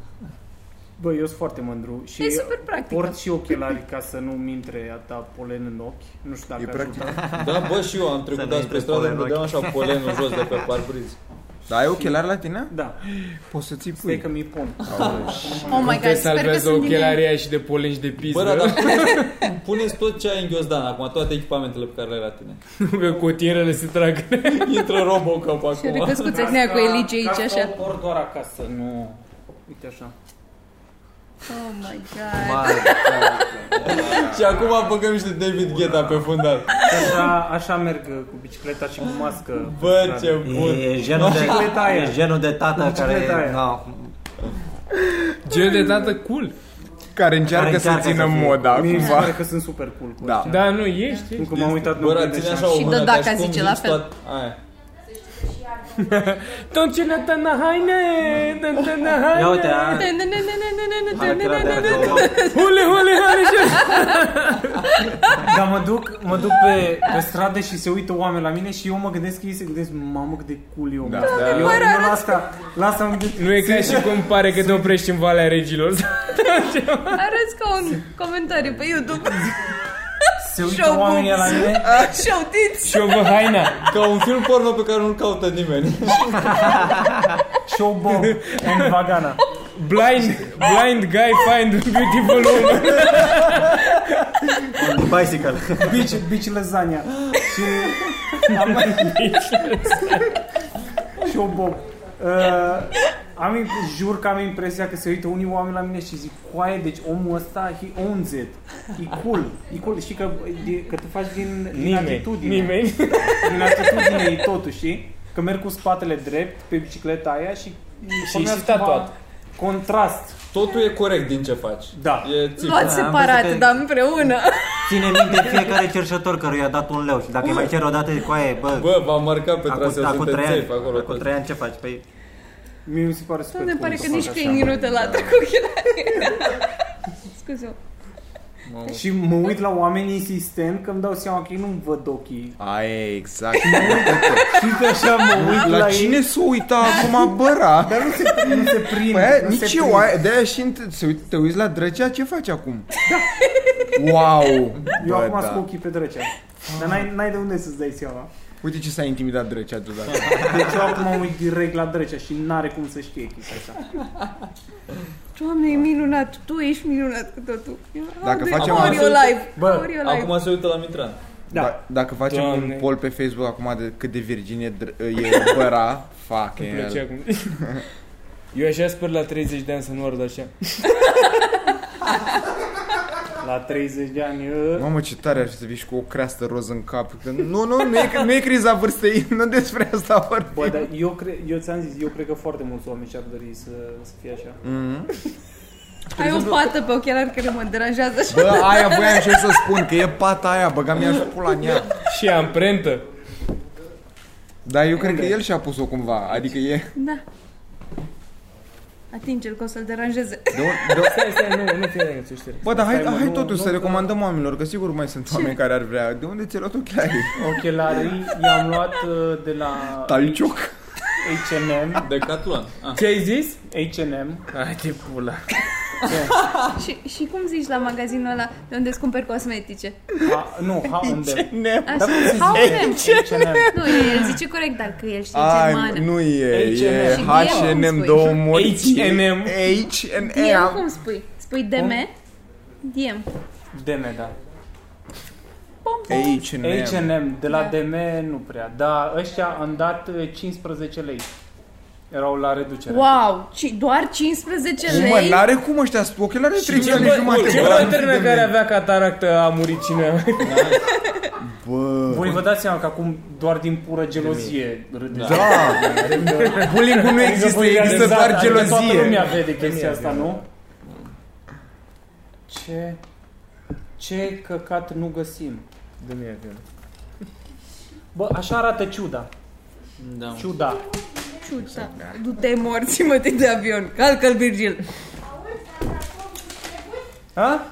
Speaker 5: Bă, eu sunt foarte mândru și
Speaker 7: E super practică.
Speaker 5: port și ochelari ca să nu-mi intre atâta polen în ochi. Nu știu
Speaker 6: E
Speaker 5: dacă
Speaker 6: practic.
Speaker 5: ajută.
Speaker 8: Da, bă, și eu am
Speaker 9: Să
Speaker 8: trecut
Speaker 9: nu
Speaker 8: azi pe
Speaker 9: intre
Speaker 8: stradă,
Speaker 9: polen
Speaker 8: îmi
Speaker 9: în
Speaker 8: dădeam așa polenul jos de pe parbriz.
Speaker 6: Dar ai ochelari la tine?
Speaker 5: Da,
Speaker 6: Poți să ții pui.
Speaker 5: stai că mi-i pun.
Speaker 1: Oh my
Speaker 2: Te
Speaker 1: god, sper că
Speaker 2: salvează
Speaker 1: sunt din ei.
Speaker 2: ochelarii aia și de polen și de
Speaker 8: Bă, da,
Speaker 2: pizdă.
Speaker 8: dar puneți tot ce ai în ghiozdan acum, toate echipamentele pe care le ai la tine.
Speaker 2: Că cotierele se trag.
Speaker 8: Intră Robocop
Speaker 7: Și o
Speaker 8: acum.
Speaker 7: recăscuță din aia cu elice
Speaker 5: Ca
Speaker 7: aici,
Speaker 5: să
Speaker 7: așa.
Speaker 5: o port doar acasă, nu... Uite așa.
Speaker 7: Oh my god.
Speaker 9: Mare,
Speaker 8: Și acum băgăm și de David Guetta pe fundal.
Speaker 5: Așa, așa merg uh, cu bicicleta și cu mască.
Speaker 8: Bă, ce
Speaker 9: E,
Speaker 8: bun.
Speaker 9: e genul de,
Speaker 5: Bicicleta aia.
Speaker 9: e genul de tata
Speaker 5: Bicicleta
Speaker 9: care
Speaker 5: aia.
Speaker 9: no,
Speaker 2: Genul de tată cool.
Speaker 6: Care încearcă
Speaker 9: Care
Speaker 6: să
Speaker 9: încearcă
Speaker 6: țină
Speaker 9: să fie.
Speaker 6: moda
Speaker 5: Mie mi se
Speaker 6: cumva.
Speaker 5: pare că sunt super cool cu
Speaker 6: Da.
Speaker 5: ăștia.
Speaker 2: Da, nu, ești. ești.
Speaker 5: Cum că m-am uitat
Speaker 8: Bă,
Speaker 5: în
Speaker 8: dar
Speaker 5: oglindă
Speaker 8: ține
Speaker 5: și
Speaker 8: așa
Speaker 5: am-
Speaker 8: o
Speaker 7: Și
Speaker 8: mână,
Speaker 7: Dădaca
Speaker 8: ca și cum
Speaker 7: zice la
Speaker 8: zici
Speaker 7: fel.
Speaker 8: toat- Aia.
Speaker 2: Don't you let down the haine, don't turn the haine.
Speaker 9: Ia uite, a- caracterul de acolo.
Speaker 2: Hule, hule, hule, și-
Speaker 5: Dar Da, mă duc, mă duc pe, pe stradă și se uită oameni la mine și eu mă gândesc că ei se gândesc, mamă cât de cool eu. Da, da. Eu, eu la asta, la asta mă gândesc.
Speaker 2: Nu e ca și cum pare că te oprești în Valea Regilor.
Speaker 7: Arăți ca un comentariu pe YouTube.
Speaker 5: Se uită
Speaker 7: Showboobs.
Speaker 5: oamenii la mine.
Speaker 7: Show tits.
Speaker 2: Și o vă haina.
Speaker 8: Ca un film porno pe care nu-l caută nimeni.
Speaker 5: Show Bob and Vagana.
Speaker 2: Blind, blind guy find a beautiful woman.
Speaker 9: Bicycle.
Speaker 5: Beach, beach lasagna. Și am Show Bob. Uh, am, imp- jur că am impresia că se uită unii oameni la mine și zic Coaie, deci omul ăsta, he owns it E cool, e cool Știi că, de, că te faci din, din
Speaker 2: Nimeni,
Speaker 5: atitudine
Speaker 2: nimeni.
Speaker 5: din atitudine e totul, știi? Că merg cu spatele drept pe bicicleta aia și...
Speaker 2: ești
Speaker 5: formează
Speaker 2: tatuat.
Speaker 5: cumva Contrast.
Speaker 8: Totul e corect din ce faci.
Speaker 5: Da.
Speaker 8: E țip.
Speaker 7: Luați
Speaker 9: Da, am
Speaker 7: separat,
Speaker 9: văzut că-
Speaker 7: dar împreună.
Speaker 9: Ține minte fiecare cerșător care i-a dat un leu și dacă îi mai cer o dată zic, coaie, bă,
Speaker 8: Bă, v-am marcat pe
Speaker 9: acum,
Speaker 8: traseu,
Speaker 9: acum
Speaker 8: sunteți
Speaker 9: trei ani,
Speaker 8: safe acolo.
Speaker 9: acum
Speaker 8: toți.
Speaker 9: trei ani ce faci? Păi,
Speaker 5: Mie mi se pare super
Speaker 7: Doamne,
Speaker 5: cool
Speaker 7: pare
Speaker 5: să
Speaker 7: că
Speaker 5: fac
Speaker 7: nici
Speaker 5: așa.
Speaker 7: câinii nu te latră cu ochelarii. Scuze-mă.
Speaker 5: Și mă uit la oameni insistent că îmi dau seama că ei nu-mi văd ochii.
Speaker 6: Ai, exact.
Speaker 5: Și că așa mă uit la,
Speaker 6: La
Speaker 5: ei.
Speaker 6: cine se uita acum băra?
Speaker 5: Dar nu se, nu se prind.
Speaker 6: Păi,
Speaker 5: nu se
Speaker 6: nici eu,
Speaker 5: prind.
Speaker 6: aia- de-aia și int- se uit- te uiți la drăcea, ce faci acum? Wow!
Speaker 5: Da. Eu
Speaker 6: Bă,
Speaker 5: acum
Speaker 6: da.
Speaker 5: sunt cu ochii pe drăcea. Dar n-ai, n-ai de unde să-ți dai seama.
Speaker 6: Uite ce s-a intimidat drăcea deodată.
Speaker 5: Deci eu acum mă uit direct la drăcea și n-are cum să știe chestia asta.
Speaker 7: Doamne, e minunat. Tu ești minunat cu totul.
Speaker 6: Dacă facem
Speaker 7: How are
Speaker 8: asta-
Speaker 7: you alive?
Speaker 5: Bă,
Speaker 7: How are you alive?
Speaker 8: Acum se uită la Mitran.
Speaker 5: Da.
Speaker 6: Da. Dacă facem
Speaker 2: Doamne.
Speaker 6: un poll pe Facebook acum de cât de virgin e, dr- e băra, fuck
Speaker 2: Îmi plăcea
Speaker 6: el.
Speaker 2: cum... Eu așa sper la 30 de ani să nu ard așa.
Speaker 5: La 30 de ani... ă,
Speaker 6: Mamă, ce tare ar fi să vii și cu o creastă roz în cap. Că nu, nu, nu e, nu e criza vârstei, nu despre asta vorbim.
Speaker 5: Bă, dar eu, cre- eu ți-am zis, eu cred că foarte mulți oameni și-ar dori să, să fie așa.
Speaker 6: Mm.
Speaker 7: Ai o pată pe ochelari care mă deranjează și
Speaker 6: Bă, aia voiam și eu să spun, că e pata aia, băgam ea și pula în ea.
Speaker 2: Și amprentă.
Speaker 6: Dar eu cred că el și-a pus-o cumva, adică e...
Speaker 7: Da. Atinge-l, că o să-l deranjeze.
Speaker 6: De un, de un...
Speaker 2: Stai, stai, nu, nu fie de să
Speaker 6: Da. Bă, dar hai,
Speaker 5: Stai, mă,
Speaker 6: hai
Speaker 5: nu-
Speaker 6: totuși
Speaker 5: nu
Speaker 6: să
Speaker 5: că-
Speaker 6: recomandăm oamenilor, că sigur mai sunt oameni care ar vrea. De unde ți-ai luat ochelarii?
Speaker 5: Ochelarii i-am luat uh, de la
Speaker 6: Talcioc?
Speaker 5: H&M.
Speaker 8: Decathlon. Ah.
Speaker 2: Ce ai zis?
Speaker 5: H&M.
Speaker 2: Hai de pula.
Speaker 5: Da.
Speaker 7: și, și cum zici la magazinul ăla de unde îți cumperi cosmetice?
Speaker 5: Ha, nu, H&M.
Speaker 7: Așa,
Speaker 5: Dar cum se zice?
Speaker 7: How them?
Speaker 5: H&M.
Speaker 7: Nu, el zice corect, dar că el știe
Speaker 6: Ai,
Speaker 7: germană.
Speaker 6: nu e, e
Speaker 7: H&M.
Speaker 6: H&M două mori.
Speaker 5: H&M.
Speaker 7: Diem,
Speaker 6: H&M.
Speaker 7: cum spui? Spui DM? Diem.
Speaker 5: DM, da.
Speaker 6: H&M.
Speaker 5: H&M, de la DM nu prea, dar ăștia am dat eh, 15 lei. Erau la reducere.
Speaker 7: Wow, ci, doar 15
Speaker 6: Cum, Mă,
Speaker 7: lei?
Speaker 6: n-are cum ăștia sunt ochelari are 30 ani jumate.
Speaker 2: Ce
Speaker 6: bă, la
Speaker 2: bătrână care avea cataractă a murit cineva?
Speaker 5: Voi vă dați seama că acum doar din pură gelozie râdeți.
Speaker 6: Da, Exact, bullying nu
Speaker 5: Adică
Speaker 6: există,
Speaker 5: voi
Speaker 6: există
Speaker 5: realizați,
Speaker 6: doar
Speaker 5: adică Toată lumea
Speaker 6: gelozie.
Speaker 5: vede chestia asta, nu? Ce... Ce căcat nu găsim? Bă, așa arată ciuda.
Speaker 8: Da.
Speaker 5: Ciuda.
Speaker 7: Ciuta. Du-te morți, mă, te de avion. Calcă-l, Virgil.
Speaker 5: Ha?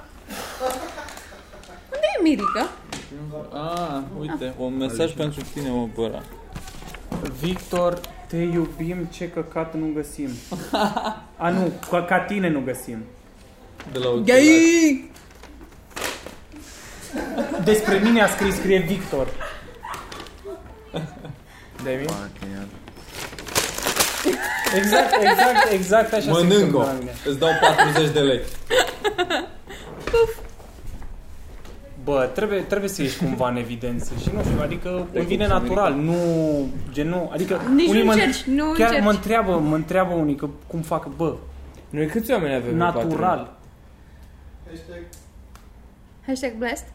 Speaker 7: Unde e Mirica?
Speaker 8: Ah, uite, un mesaj pentru tine, mă, Băra.
Speaker 5: Victor, te iubim, ce căcat nu găsim. A, nu, ca, ca tine nu găsim.
Speaker 8: De la ochelari.
Speaker 7: Gay!
Speaker 5: Despre mine a scris, scrie Victor. Exact, exact, exact așa se
Speaker 8: Mănânc-o.
Speaker 5: întâmplă la mine.
Speaker 8: Îți dau 40 de lei.
Speaker 5: Bă, trebuie, trebuie să ieși cumva în evidență și nu știu, adică îmi vine natural, nu gen nu, adică
Speaker 7: Nici nu
Speaker 5: unii mă-
Speaker 7: încerci, nu
Speaker 5: Chiar mă
Speaker 7: încerci.
Speaker 5: întreabă, mă întreabă unii că cum fac, bă,
Speaker 2: Noi câți oameni avem? în patru?
Speaker 5: natural.
Speaker 7: Hashtag blessed.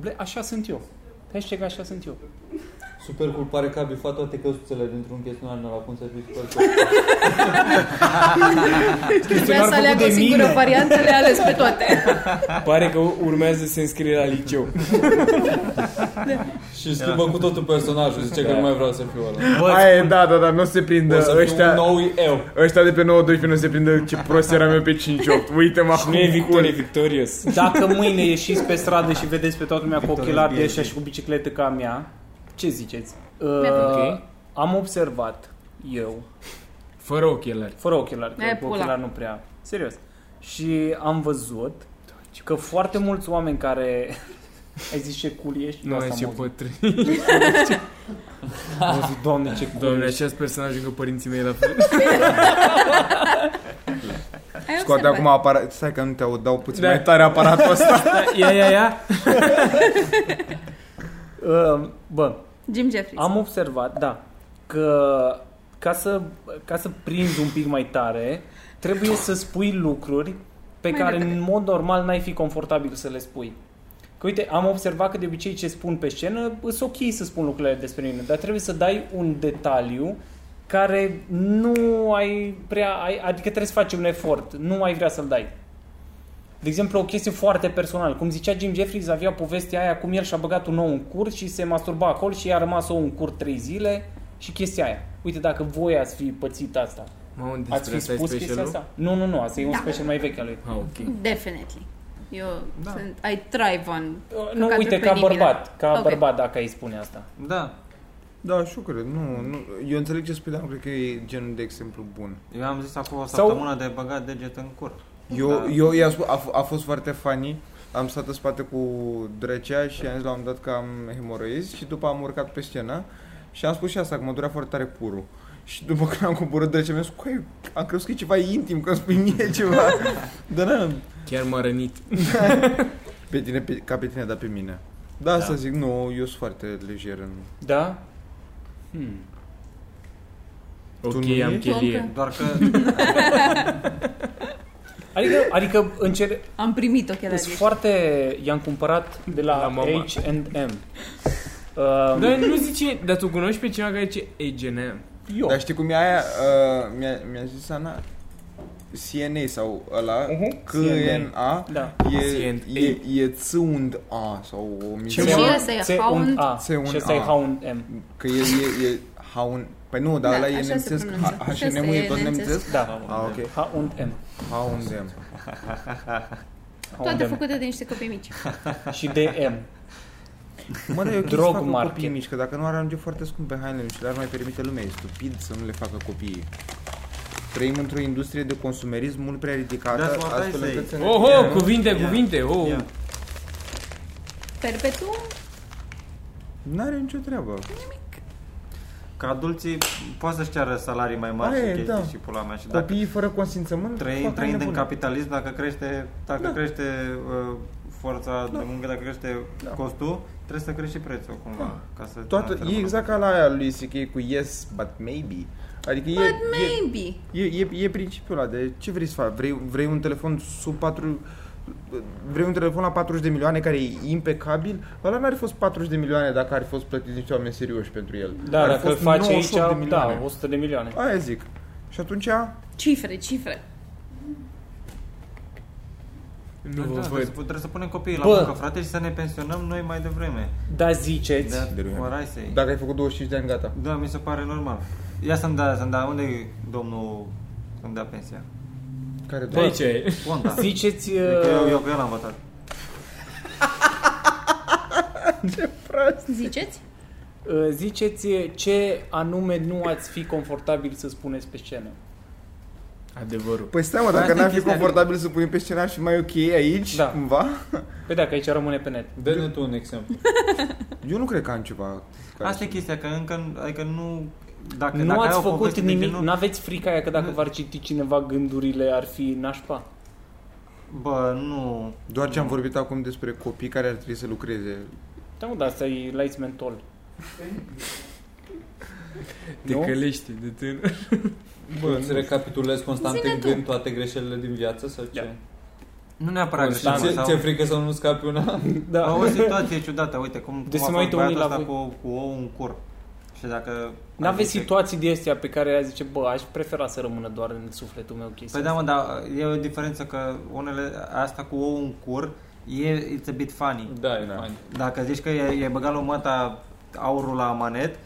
Speaker 5: Ble, așa sunt eu. Hashtag așa sunt eu.
Speaker 8: Super cool, pare că a bifat toate căsuțele dintr-un chestionar la cum să fii super
Speaker 7: Trebuia să aleagă o singură variantă, le-a ales pe toate.
Speaker 2: Pare că urmează să se înscrie la liceu.
Speaker 8: Și schimbă cu totul personajul, zice că nu mai vreau să fiu ăla.
Speaker 6: Aia e, da, da, da, nu se
Speaker 8: O
Speaker 6: prindă
Speaker 8: să fiu un
Speaker 6: ăștia.
Speaker 8: nou eu.
Speaker 6: Ăștia de pe 9-12 nu se prindă ce prost eram eu pe 5-8. Uite-mă acum.
Speaker 2: Nu e victorie,
Speaker 6: cool.
Speaker 2: victorios.
Speaker 5: Dacă mâine ieșiți pe stradă și vedeți pe toată lumea cu ochelari de ăștia și cu bicicletă ca a mea, ce ziceți? Uh,
Speaker 2: Ok.
Speaker 5: Am observat eu
Speaker 2: Fără ochelari.
Speaker 5: Fără ochelari, că
Speaker 7: Mi-ai
Speaker 5: cu
Speaker 7: pula.
Speaker 5: ochelari nu prea. Serios. Și am văzut că foarte mulți oameni care... Ai zis ce cool ești?
Speaker 2: Nu
Speaker 5: Asta
Speaker 2: ai ce
Speaker 5: am auzit.
Speaker 2: pătrâni.
Speaker 5: Am auzit, doamne, ce cool
Speaker 2: Doamne,
Speaker 5: ești.
Speaker 2: așa personajul că părinții mei la fel.
Speaker 7: Ai
Speaker 6: Scoate acum
Speaker 7: observat.
Speaker 6: aparat. Stai că nu te aud, dau puțin
Speaker 2: Da.
Speaker 6: mai tare aparatul ăsta.
Speaker 2: Ia, ia, ia.
Speaker 5: Uh, bă,
Speaker 7: Jim Jeffries.
Speaker 5: am observat, da, că ca să, ca să prinzi un pic mai tare, trebuie să spui lucruri pe
Speaker 7: Mai
Speaker 5: care
Speaker 7: repede.
Speaker 5: în mod normal n-ai fi confortabil să le spui. Că uite, am observat că de obicei ce spun pe scenă, sunt ok să spun lucrurile despre mine, dar trebuie să dai un detaliu care nu ai prea, ai, adică trebuie să faci un efort, nu ai vrea să-l dai. De exemplu, o chestie foarte personală. Cum zicea Jim Jeffries, avea povestea aia cum el și-a băgat un ou în cur și se masturba acolo și i-a rămas ou în cur 3 zile și chestia aia. Uite, dacă voi ați fi pățit asta,
Speaker 2: Mamă, despre
Speaker 5: ați fi
Speaker 2: asta e
Speaker 5: spus chestia
Speaker 2: specialul?
Speaker 5: asta? Nu, nu, nu, asta e un
Speaker 7: Da.
Speaker 5: special mai vechi al lui.
Speaker 2: Ah, ok.
Speaker 7: Definitely. Eu sunt, I thrive on
Speaker 5: Da. Uh, Nu,
Speaker 7: Căcatul
Speaker 5: uite, ca
Speaker 7: penibile.
Speaker 5: bărbat, ca
Speaker 7: Ok.
Speaker 5: bărbat dacă ai spune asta.
Speaker 9: Da,
Speaker 6: Da, și eu cred. Nu, nu, eu înțeleg ce spui, dar nu cred că e genul de exemplu bun.
Speaker 9: eu am zis acum o
Speaker 5: Sau-
Speaker 9: săptămână de băgat deget în cur.
Speaker 6: Eu,
Speaker 9: Da.
Speaker 6: eu i-am spus, a, f- a fost foarte funny. Am stat în spate cu drecea și am zis la un moment dat că am hemoroizi și după am urcat pe scenă și am spus și asta, că mă durea foarte tare purul. Și după când am coborât drecea, mi-a spus, "Coi, am crezut că e ceva intim, că îmi spui mie ceva. dar na,
Speaker 2: Chiar m-a rănit.
Speaker 6: pe tine, pe, ca pe tine, dar pe mine. Da, asta zic, nu, eu sunt foarte lejer în...
Speaker 5: Da? Hmm.
Speaker 2: Ok,
Speaker 6: nu
Speaker 2: am
Speaker 6: ești?
Speaker 2: chelie.
Speaker 9: Doar că
Speaker 5: Adică, adică încerc,
Speaker 7: Am primit ochelari.
Speaker 5: sunt foarte, i-am cumpărat de la,
Speaker 2: La mama.
Speaker 5: H&M.
Speaker 2: Dar
Speaker 5: Um,
Speaker 2: nu zice, dar tu cunoști pe cineva care zice H&M?
Speaker 5: eu.
Speaker 6: Dar știi cum e aia? Uh, mi-a, mi-a zis Ana CNA sau ăla,
Speaker 5: Mhm.
Speaker 6: CNA,
Speaker 5: Da.
Speaker 6: e,
Speaker 2: CNA.
Speaker 6: e, e țâund A sau o
Speaker 5: Ce
Speaker 6: mizerie.
Speaker 7: Și
Speaker 5: mă-
Speaker 7: ăsta e
Speaker 5: ce
Speaker 7: Hound.
Speaker 5: un A.
Speaker 6: Ce un
Speaker 5: Și ăsta e
Speaker 6: A.
Speaker 5: Hound M.
Speaker 6: Că el e, e haun... Păi nu, dar
Speaker 7: Da,
Speaker 6: ăla e
Speaker 7: așa se
Speaker 6: nemțesc.
Speaker 7: pronunță.
Speaker 6: Ha-
Speaker 7: Și
Speaker 6: H&M-ul
Speaker 7: ăsta
Speaker 6: e
Speaker 7: e
Speaker 6: tot
Speaker 7: nemțesc.
Speaker 6: nemțesc?
Speaker 5: Da.
Speaker 6: Ah, ok.
Speaker 5: Hound M.
Speaker 6: Haun dem.
Speaker 5: Hound
Speaker 7: Toate
Speaker 5: M.
Speaker 7: făcute de niște copii mici.
Speaker 5: Și DM.
Speaker 6: Mă, dar e ok
Speaker 5: Drog
Speaker 6: să facă
Speaker 5: market.
Speaker 6: copii mici, că dacă nu ar ajunge foarte scump pe hainele și le-ar mai permite lumea, e stupid să nu le facă copiii. Trăim într-o industrie de consumerism mult prea ridicată,
Speaker 9: That's what I
Speaker 6: astfel
Speaker 9: say.
Speaker 6: încât să ne...
Speaker 2: Oh,
Speaker 5: Oho, cuvinte,
Speaker 9: Ia.
Speaker 5: cuvinte, oh.
Speaker 9: Ia.
Speaker 10: Perpetuum?
Speaker 6: N-are nicio treabă.
Speaker 9: Ca adulții poate să-și ceară salarii mai mari
Speaker 6: Aia
Speaker 9: și
Speaker 6: e,
Speaker 9: chestii
Speaker 6: da.
Speaker 9: și pula mea. Și dacă
Speaker 6: Copiii fără consimțământ
Speaker 9: trăi,
Speaker 6: fac
Speaker 9: trăind în
Speaker 6: nebunii.
Speaker 9: capitalism, dacă crește, dacă
Speaker 6: Da.
Speaker 9: crește uh, forța de muncă, dacă crește costul, trebuie să crește și prețul cumva. Ca să
Speaker 6: Toată,
Speaker 9: să-
Speaker 6: e exact ca la aia lui C.K. cu yes, but maybe. Adică e,
Speaker 10: But maybe.
Speaker 6: e, e, e, e principiul ăla de ce vrei să faci? Vrei, vrei un telefon sub 4 vrei un telefon la 40 de milioane care e impecabil, ăla n-ar fi fost 40 de milioane dacă ar fi fost plătit niște oameni serioși pentru el.
Speaker 5: Da,
Speaker 6: ar fi
Speaker 5: dacă îl
Speaker 6: fost
Speaker 5: faci
Speaker 6: 98 de
Speaker 5: aici, da,
Speaker 6: milioane.
Speaker 5: 100 de milioane.
Speaker 6: Aia zic. Și atunci
Speaker 10: Cifre, cifre.
Speaker 5: Nu
Speaker 9: Da,
Speaker 5: vă
Speaker 9: trebuie,
Speaker 5: văd.
Speaker 9: să, trebuie să punem copiii la
Speaker 5: Bă.
Speaker 9: muncă, frate, și să ne pensionăm noi mai devreme.
Speaker 5: Da, ziceți.
Speaker 9: Da,
Speaker 6: De ruhe.
Speaker 9: orai să
Speaker 6: dacă ai făcut 25 de ani, gata.
Speaker 9: Da, mi se pare normal. Ia să-mi da, să-mi da, unde e domnul să-mi dea pensia?
Speaker 6: Care
Speaker 5: De aici e.
Speaker 9: Ponta.
Speaker 5: Ziceți...
Speaker 9: Adică eu,
Speaker 5: uh,
Speaker 9: eu pe el am votat.
Speaker 10: Ziceți?
Speaker 5: Uh, Ziceți ce anume nu ați fi confortabil să spuneți pe scenă.
Speaker 2: Adevărul.
Speaker 6: Păi stai mă, dacă
Speaker 9: Asta e
Speaker 6: n-ar fi
Speaker 9: chestia,
Speaker 6: confortabil să punem pe scenă, ar fi mai ok aici,
Speaker 5: Da.
Speaker 6: cumva?
Speaker 5: Păi dacă aici rămâne pe net.
Speaker 8: Dă-ne tu un exemplu.
Speaker 6: Eu nu cred că am ceva. care
Speaker 9: Asta e chestia, că încă, adică nu... Dacă,
Speaker 5: nu
Speaker 9: dacă ai
Speaker 5: ați
Speaker 9: o
Speaker 5: făcut
Speaker 9: poveste de
Speaker 5: nimic,
Speaker 9: genul-
Speaker 5: nu aveți frica aia că dacă
Speaker 9: Nu.
Speaker 5: v-ar citi cineva gândurile ar fi nașpa.
Speaker 9: Bă, nu...
Speaker 6: Doar ce am vorbit acum despre copii care ar trebui să lucreze.
Speaker 5: Da, mă, dar asta e lights mentol.
Speaker 2: Te
Speaker 5: Nu?
Speaker 2: călești de tânăr.
Speaker 8: Bă, îți recapitulezi constant
Speaker 10: Zine
Speaker 8: în
Speaker 10: tu.
Speaker 8: gând toate greșelile din viață sau ce?
Speaker 9: Nu neapărat
Speaker 8: Și
Speaker 9: greșeală
Speaker 8: ți-
Speaker 9: sau...
Speaker 8: ți-e frică să nu scapi una?
Speaker 5: Da.
Speaker 9: O situație ciudată, uite, cum,
Speaker 5: Deci
Speaker 9: cum
Speaker 5: se
Speaker 9: a
Speaker 5: mai
Speaker 9: fost
Speaker 5: uită unii
Speaker 9: băiatul ăsta
Speaker 5: la
Speaker 9: cu, cu ou în cur. Și dacă...
Speaker 5: Nu aveți
Speaker 9: zice-
Speaker 5: situații de astea pe care a zice, bă, aș prefera să rămână doar în sufletul meu chestia
Speaker 9: Păi da, mă, dar e o diferență că unele, asta cu ou în cur, e it's a bit funny.
Speaker 8: Da, e fain.
Speaker 9: Dacă zici că e, e băgat lui măta aurul la manet,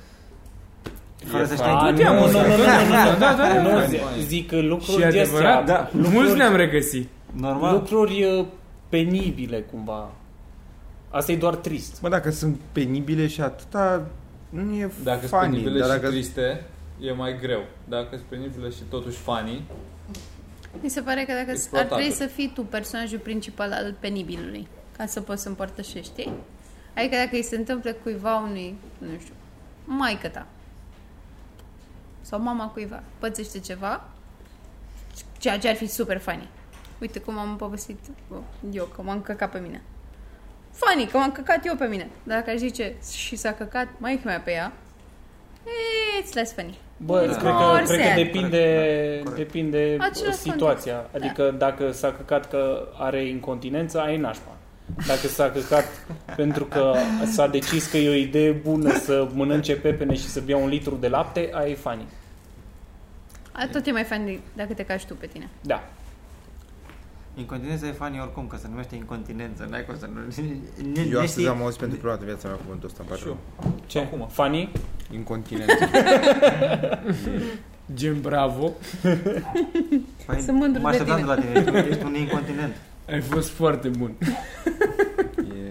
Speaker 9: fără să știi...
Speaker 5: A, nu, nu,
Speaker 9: da,
Speaker 5: nu, nu, nu, nu, da, nu, nu, zi- zic
Speaker 2: Și
Speaker 5: lucruri de astea,
Speaker 2: adevărat, da. Mulți ne-am regăsit.
Speaker 9: Normal.
Speaker 5: lucruri uh, penibile cumva. Asta e doar trist.
Speaker 6: Mă, dacă sunt penibile și atâta, nu e
Speaker 8: Dacă sunt
Speaker 6: funny.
Speaker 8: penibile
Speaker 6: dar
Speaker 8: și
Speaker 6: dacă...
Speaker 8: triste, e mai greu. Dacă sunt penibile și totuși funny,
Speaker 1: Mi se pare că dacă ar
Speaker 8: Exploatabil.
Speaker 1: trebui să fii tu personajul principal al penibilului, ca să poți să împărtășești, știi? Adică dacă îi se întâmplă cuiva unui, nu știu, maică ta sau mama cuiva, pățește ceva, ceea ce ar fi super funny. Uite cum am povestit eu, că m-am căcat pe mine. Funny, că m-am căcat eu pe mine. Dacă aș zice și s-a căcat maică mea pe ea, eh, it's less funny.
Speaker 5: Bă,
Speaker 1: It's
Speaker 5: cred
Speaker 1: more
Speaker 5: că, cred că
Speaker 1: sad.
Speaker 5: depinde,
Speaker 9: Corect, da, corect.
Speaker 5: depinde
Speaker 1: Același
Speaker 5: situația.
Speaker 1: context, Da.
Speaker 5: Adică dacă s-a căcat că are incontinență, ai nașpa. Dacă s-a căcat pentru că s-a decis că e o idee bună să mănânce pepene și să bea un litru de lapte, ai fani.
Speaker 1: A, tot e mai funny dacă te cași tu pe tine.
Speaker 5: Da.
Speaker 9: Incontinența e funny oricum, că se numește incontinență. N-ai cum să nu...
Speaker 6: Eu
Speaker 9: ne
Speaker 6: astăzi
Speaker 9: știi-
Speaker 6: am auzit pentru prima dată viața mea cuvântul ăsta, îmi pare rău.
Speaker 5: Ce? Acum. Fani?
Speaker 6: Incontinent.
Speaker 2: Gen bravo.
Speaker 9: Păi,
Speaker 1: Sunt mândru
Speaker 9: mă
Speaker 1: de
Speaker 9: așteptam
Speaker 1: tine.
Speaker 9: la tine. ești un- Ești un incontinent.
Speaker 2: Ai fost foarte bun.
Speaker 6: e...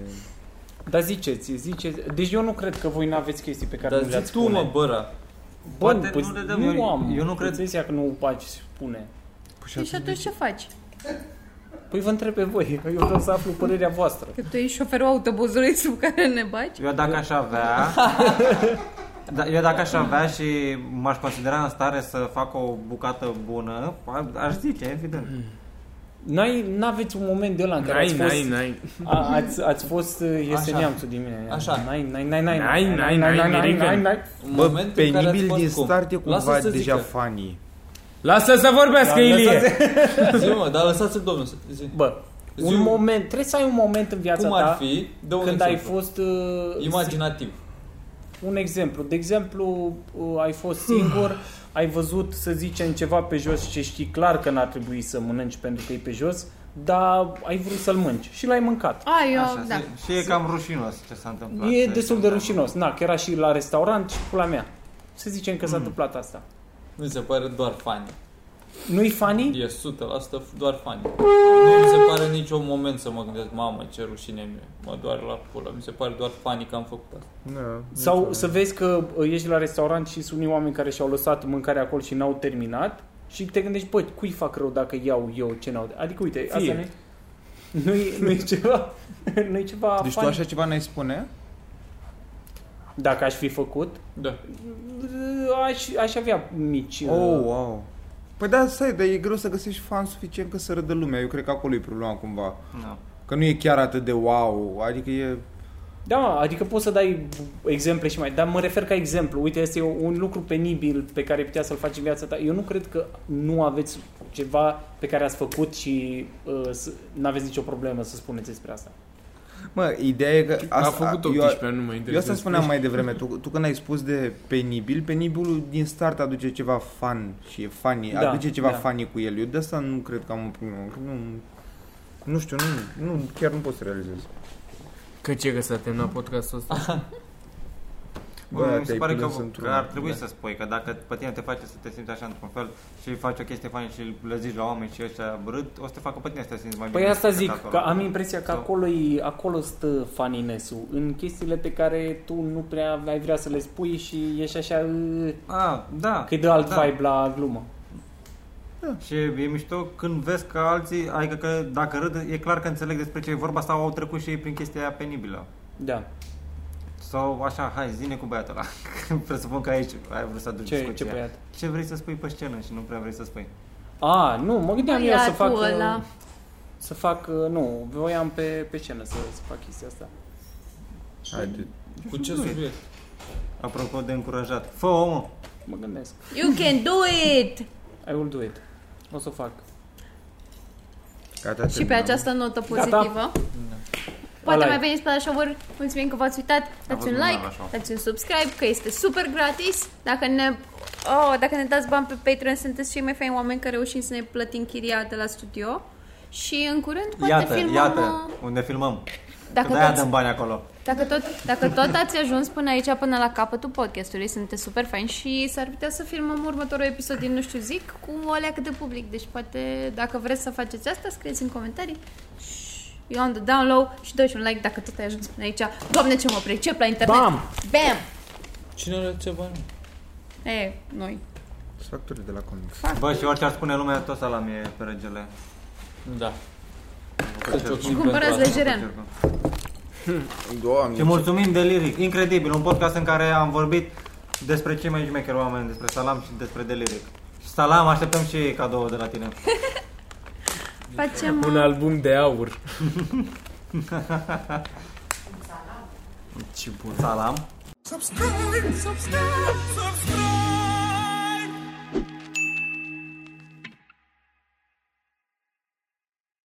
Speaker 5: Dar ziceți, ziceți. Deci eu nu cred că voi n-aveți chestii pe care
Speaker 8: dar
Speaker 5: nu le-ați
Speaker 8: zi tu,
Speaker 5: spune.
Speaker 8: mă, băra.
Speaker 5: Bă,
Speaker 9: Poate
Speaker 5: păi
Speaker 9: nu le dăm.
Speaker 5: nu
Speaker 9: Eu-
Speaker 5: am.
Speaker 9: eu nu cred-
Speaker 5: Impresia că nu aș spune.
Speaker 1: Păi Și, și atunci ce faci?
Speaker 5: Păi vă întreb pe voi, eu vreau să aflu părerea voastră.
Speaker 1: Că tu ești șoferul autobuzului sub care ne baci?
Speaker 9: Eu dacă aș avea... Da, eu dacă aș avea și m-aș considera în stare să fac o bucată bună, a- aș zice, evident.
Speaker 5: N-ai, n-aveți un moment de ăla în care
Speaker 2: N-ai,
Speaker 5: ați fost,
Speaker 2: n-ai, n-ai.
Speaker 5: a, ați, ați fost uh, iese
Speaker 8: Așa.
Speaker 5: neamțul din mine.
Speaker 8: Așa.
Speaker 5: N-ai, n-ai, n-ai, n-ai,
Speaker 2: N-ai, n-ai, n-ai, Mirica.
Speaker 5: n-ai.
Speaker 8: Un
Speaker 6: Bă,
Speaker 8: moment în care ați
Speaker 6: penibil
Speaker 8: fost
Speaker 6: din
Speaker 8: cum?
Speaker 6: start e cumva
Speaker 8: Lasă să
Speaker 6: deja
Speaker 8: zică.
Speaker 6: funny.
Speaker 2: Lasă să vorbească,
Speaker 5: Da,
Speaker 2: Ilie.
Speaker 8: Zi, mă, dar lăsați-l domnul să zi.
Speaker 5: Bă,
Speaker 8: Zi-
Speaker 5: un moment, trebuie să ai un moment în viața
Speaker 8: Cum
Speaker 5: ta
Speaker 8: ar fi? Dă un
Speaker 5: când ai
Speaker 8: exemplu.
Speaker 5: fost uh,
Speaker 8: Imaginativ.
Speaker 5: un exemplu. De exemplu, uh, ai fost singur, ai văzut, să zicem, ceva pe jos și știi clar că n-ar trebui să mănânci pentru că e pe jos, dar ai vrut să-l mânci și l-ai mâncat.
Speaker 1: A, eu,
Speaker 9: Așa,
Speaker 1: da.
Speaker 9: și- și e cam rușinos ce s-a întâmplat. da.
Speaker 5: E
Speaker 9: să
Speaker 5: destul de
Speaker 9: zicem.
Speaker 5: rușinos. Na, că era și la restaurant și pula mea. Să zicem că s-a întâmplat asta.
Speaker 8: Nu se pare doar funny.
Speaker 5: Nu-i
Speaker 6: Hm?
Speaker 5: funny?
Speaker 8: E 100% doar funny. Nu mi se pare niciun moment să mă gândesc, mamă, ce rușine mi Mă doare la pulă. Mi se pare doar funny că am făcut asta.
Speaker 6: Da.
Speaker 5: Sau să vezi că uh, ești la restaurant și sunt unii oameni care și-au lăsat mâncarea acolo și n-au terminat Și te gândești, bă, cui fac rău dacă iau eu ce n-au... de- Adică, uite, Fie.
Speaker 11: Fie.
Speaker 5: asta nu-i, nu-i, nu-i ceva... nu-i ceva
Speaker 6: Deci tu
Speaker 5: funny.
Speaker 6: așa ceva n-ai spune?
Speaker 5: Dacă aș fi făcut, uh,
Speaker 8: Da.
Speaker 5: aș, aș avea mici... uh,
Speaker 6: Oh, wow. Păi da, stai, dar e greu să găsești fan suficient ca să râdă lumea. Eu cred că acolo e problema cumva.
Speaker 9: Da.
Speaker 6: Că nu e chiar atât de wow, adică e...
Speaker 5: Da, mă, adică poți să dai exemple și mai... Dar mă refer ca exemplu. Uite, este un lucru penibil pe care putea să-l faci în viața ta. Eu nu cred că nu aveți ceva pe care ați făcut și uh, s- nu aveți nicio problemă să spuneți despre asta.
Speaker 6: Mă, ideea e că...
Speaker 2: Asta, a făcut
Speaker 6: eu-
Speaker 2: 18 ani, nu mă
Speaker 6: Eu asta
Speaker 2: interesează.
Speaker 6: spuneam mai devreme, tu, tu când ai spus de penibil, penibilul din start aduce ceva fan și e funny,
Speaker 5: Da,
Speaker 6: aduce ceva
Speaker 5: da.
Speaker 6: funny cu el. Eu de asta nu cred că am o problemă, că nu, nu știu, nu, nu, chiar nu pot să realizez.
Speaker 2: Că ce că s-a terminat podcastul ăsta?
Speaker 6: Bă,
Speaker 9: Bă, mi se
Speaker 6: te-ai
Speaker 9: pare că,
Speaker 6: prins într-un-
Speaker 9: că ar trebui
Speaker 6: da.
Speaker 9: să spui că dacă pe tine te face să te simți așa într-un fel și faci o chestie faină și le zici la oameni și ăștia râd, o să te facă pe tine să te simți mai bine.
Speaker 5: Păi asta
Speaker 9: decât
Speaker 5: zic,
Speaker 9: altora.
Speaker 5: că am impresia că
Speaker 9: Sau-
Speaker 5: acolo, acolo stă faninesul, în chestiile pe care tu nu prea ai vrea să le spui și ești așa... uh,
Speaker 9: A, da.
Speaker 5: Că-i dă alt
Speaker 9: da.
Speaker 5: vibe la glumă.
Speaker 9: Și e mișto când vezi că alții, adică că dacă râd, e clar că înțeleg despre ce e vorba sau au trecut și ei prin chestia aia penibilă.
Speaker 5: Da.
Speaker 9: Sau așa, hai, zine cu băiatul ăla. Presupun că aici ai vrut să aduci
Speaker 5: Ce, păi, ce
Speaker 9: discuția.
Speaker 5: băiat?
Speaker 9: ce vrei să spui pe scenă și nu prea vrei să spui.
Speaker 5: A, nu, mă gândeam eu să
Speaker 1: Băiatul
Speaker 5: fac... uh,
Speaker 1: ăla.
Speaker 5: Să fac, uh, nu, voiam pe, pe scenă să, să fac chestia asta.
Speaker 6: Haide.
Speaker 8: Cu ce subiect?
Speaker 9: Apropo de încurajat. Fă, omul!
Speaker 5: Mă gândesc.
Speaker 1: You can do it!
Speaker 5: I will do it. O să o fac.
Speaker 6: Gata,
Speaker 9: Da.
Speaker 1: Și pe
Speaker 6: terminăm.
Speaker 1: această notă pozitivă. Poate
Speaker 5: Ala e.
Speaker 1: mai veniți pe la show Mulțumim că v-ați uitat. Dați un
Speaker 9: fost bună
Speaker 1: like,
Speaker 9: la show.
Speaker 1: dați un subscribe, că este super gratis. Dacă ne, oh, dacă ne dați bani pe Patreon, sunteți cei mai faini oameni care reușim să ne plătim chiria de la studio. Și în curând poate
Speaker 9: Iată,
Speaker 1: filmăm...
Speaker 9: iată,
Speaker 1: uh,
Speaker 9: unde filmăm. Că
Speaker 1: Dacă
Speaker 9: de-aia
Speaker 1: dați
Speaker 9: dăm bani acolo.
Speaker 1: Dacă tot, dacă tot ați ajuns până aici, până la capătul podcastului, sunteți super faini și s-ar putea să filmăm următorul episod din Nu știu zic cu o leacă de public. Deci poate, dacă vreți să faceți asta, scrieți în comentarii. Și Eu am de down low și dă și un like dacă tot ai ajuns până aici. Doamne, ce mă pricep la internet!
Speaker 11: Bam!
Speaker 1: Bam!
Speaker 8: Cine are ce bani?
Speaker 1: E, noi.
Speaker 6: Sunt actorii de la comics.
Speaker 1: Da.
Speaker 9: Bă, și orice ar spune lumea, tot salam e pe regele.
Speaker 8: Da.
Speaker 1: Și cumpărați legeren.
Speaker 6: Doamne,
Speaker 9: Și mulțumim de liric. Incredibil, un podcast în care am vorbit despre cei mai jmecheri oameni, despre salam și despre de liric. Și salam, așteptăm și cadou de la tine.
Speaker 1: Facem...
Speaker 2: Un album de aur.
Speaker 9: Salam.
Speaker 12: Subscribe, subscribe, subscribe.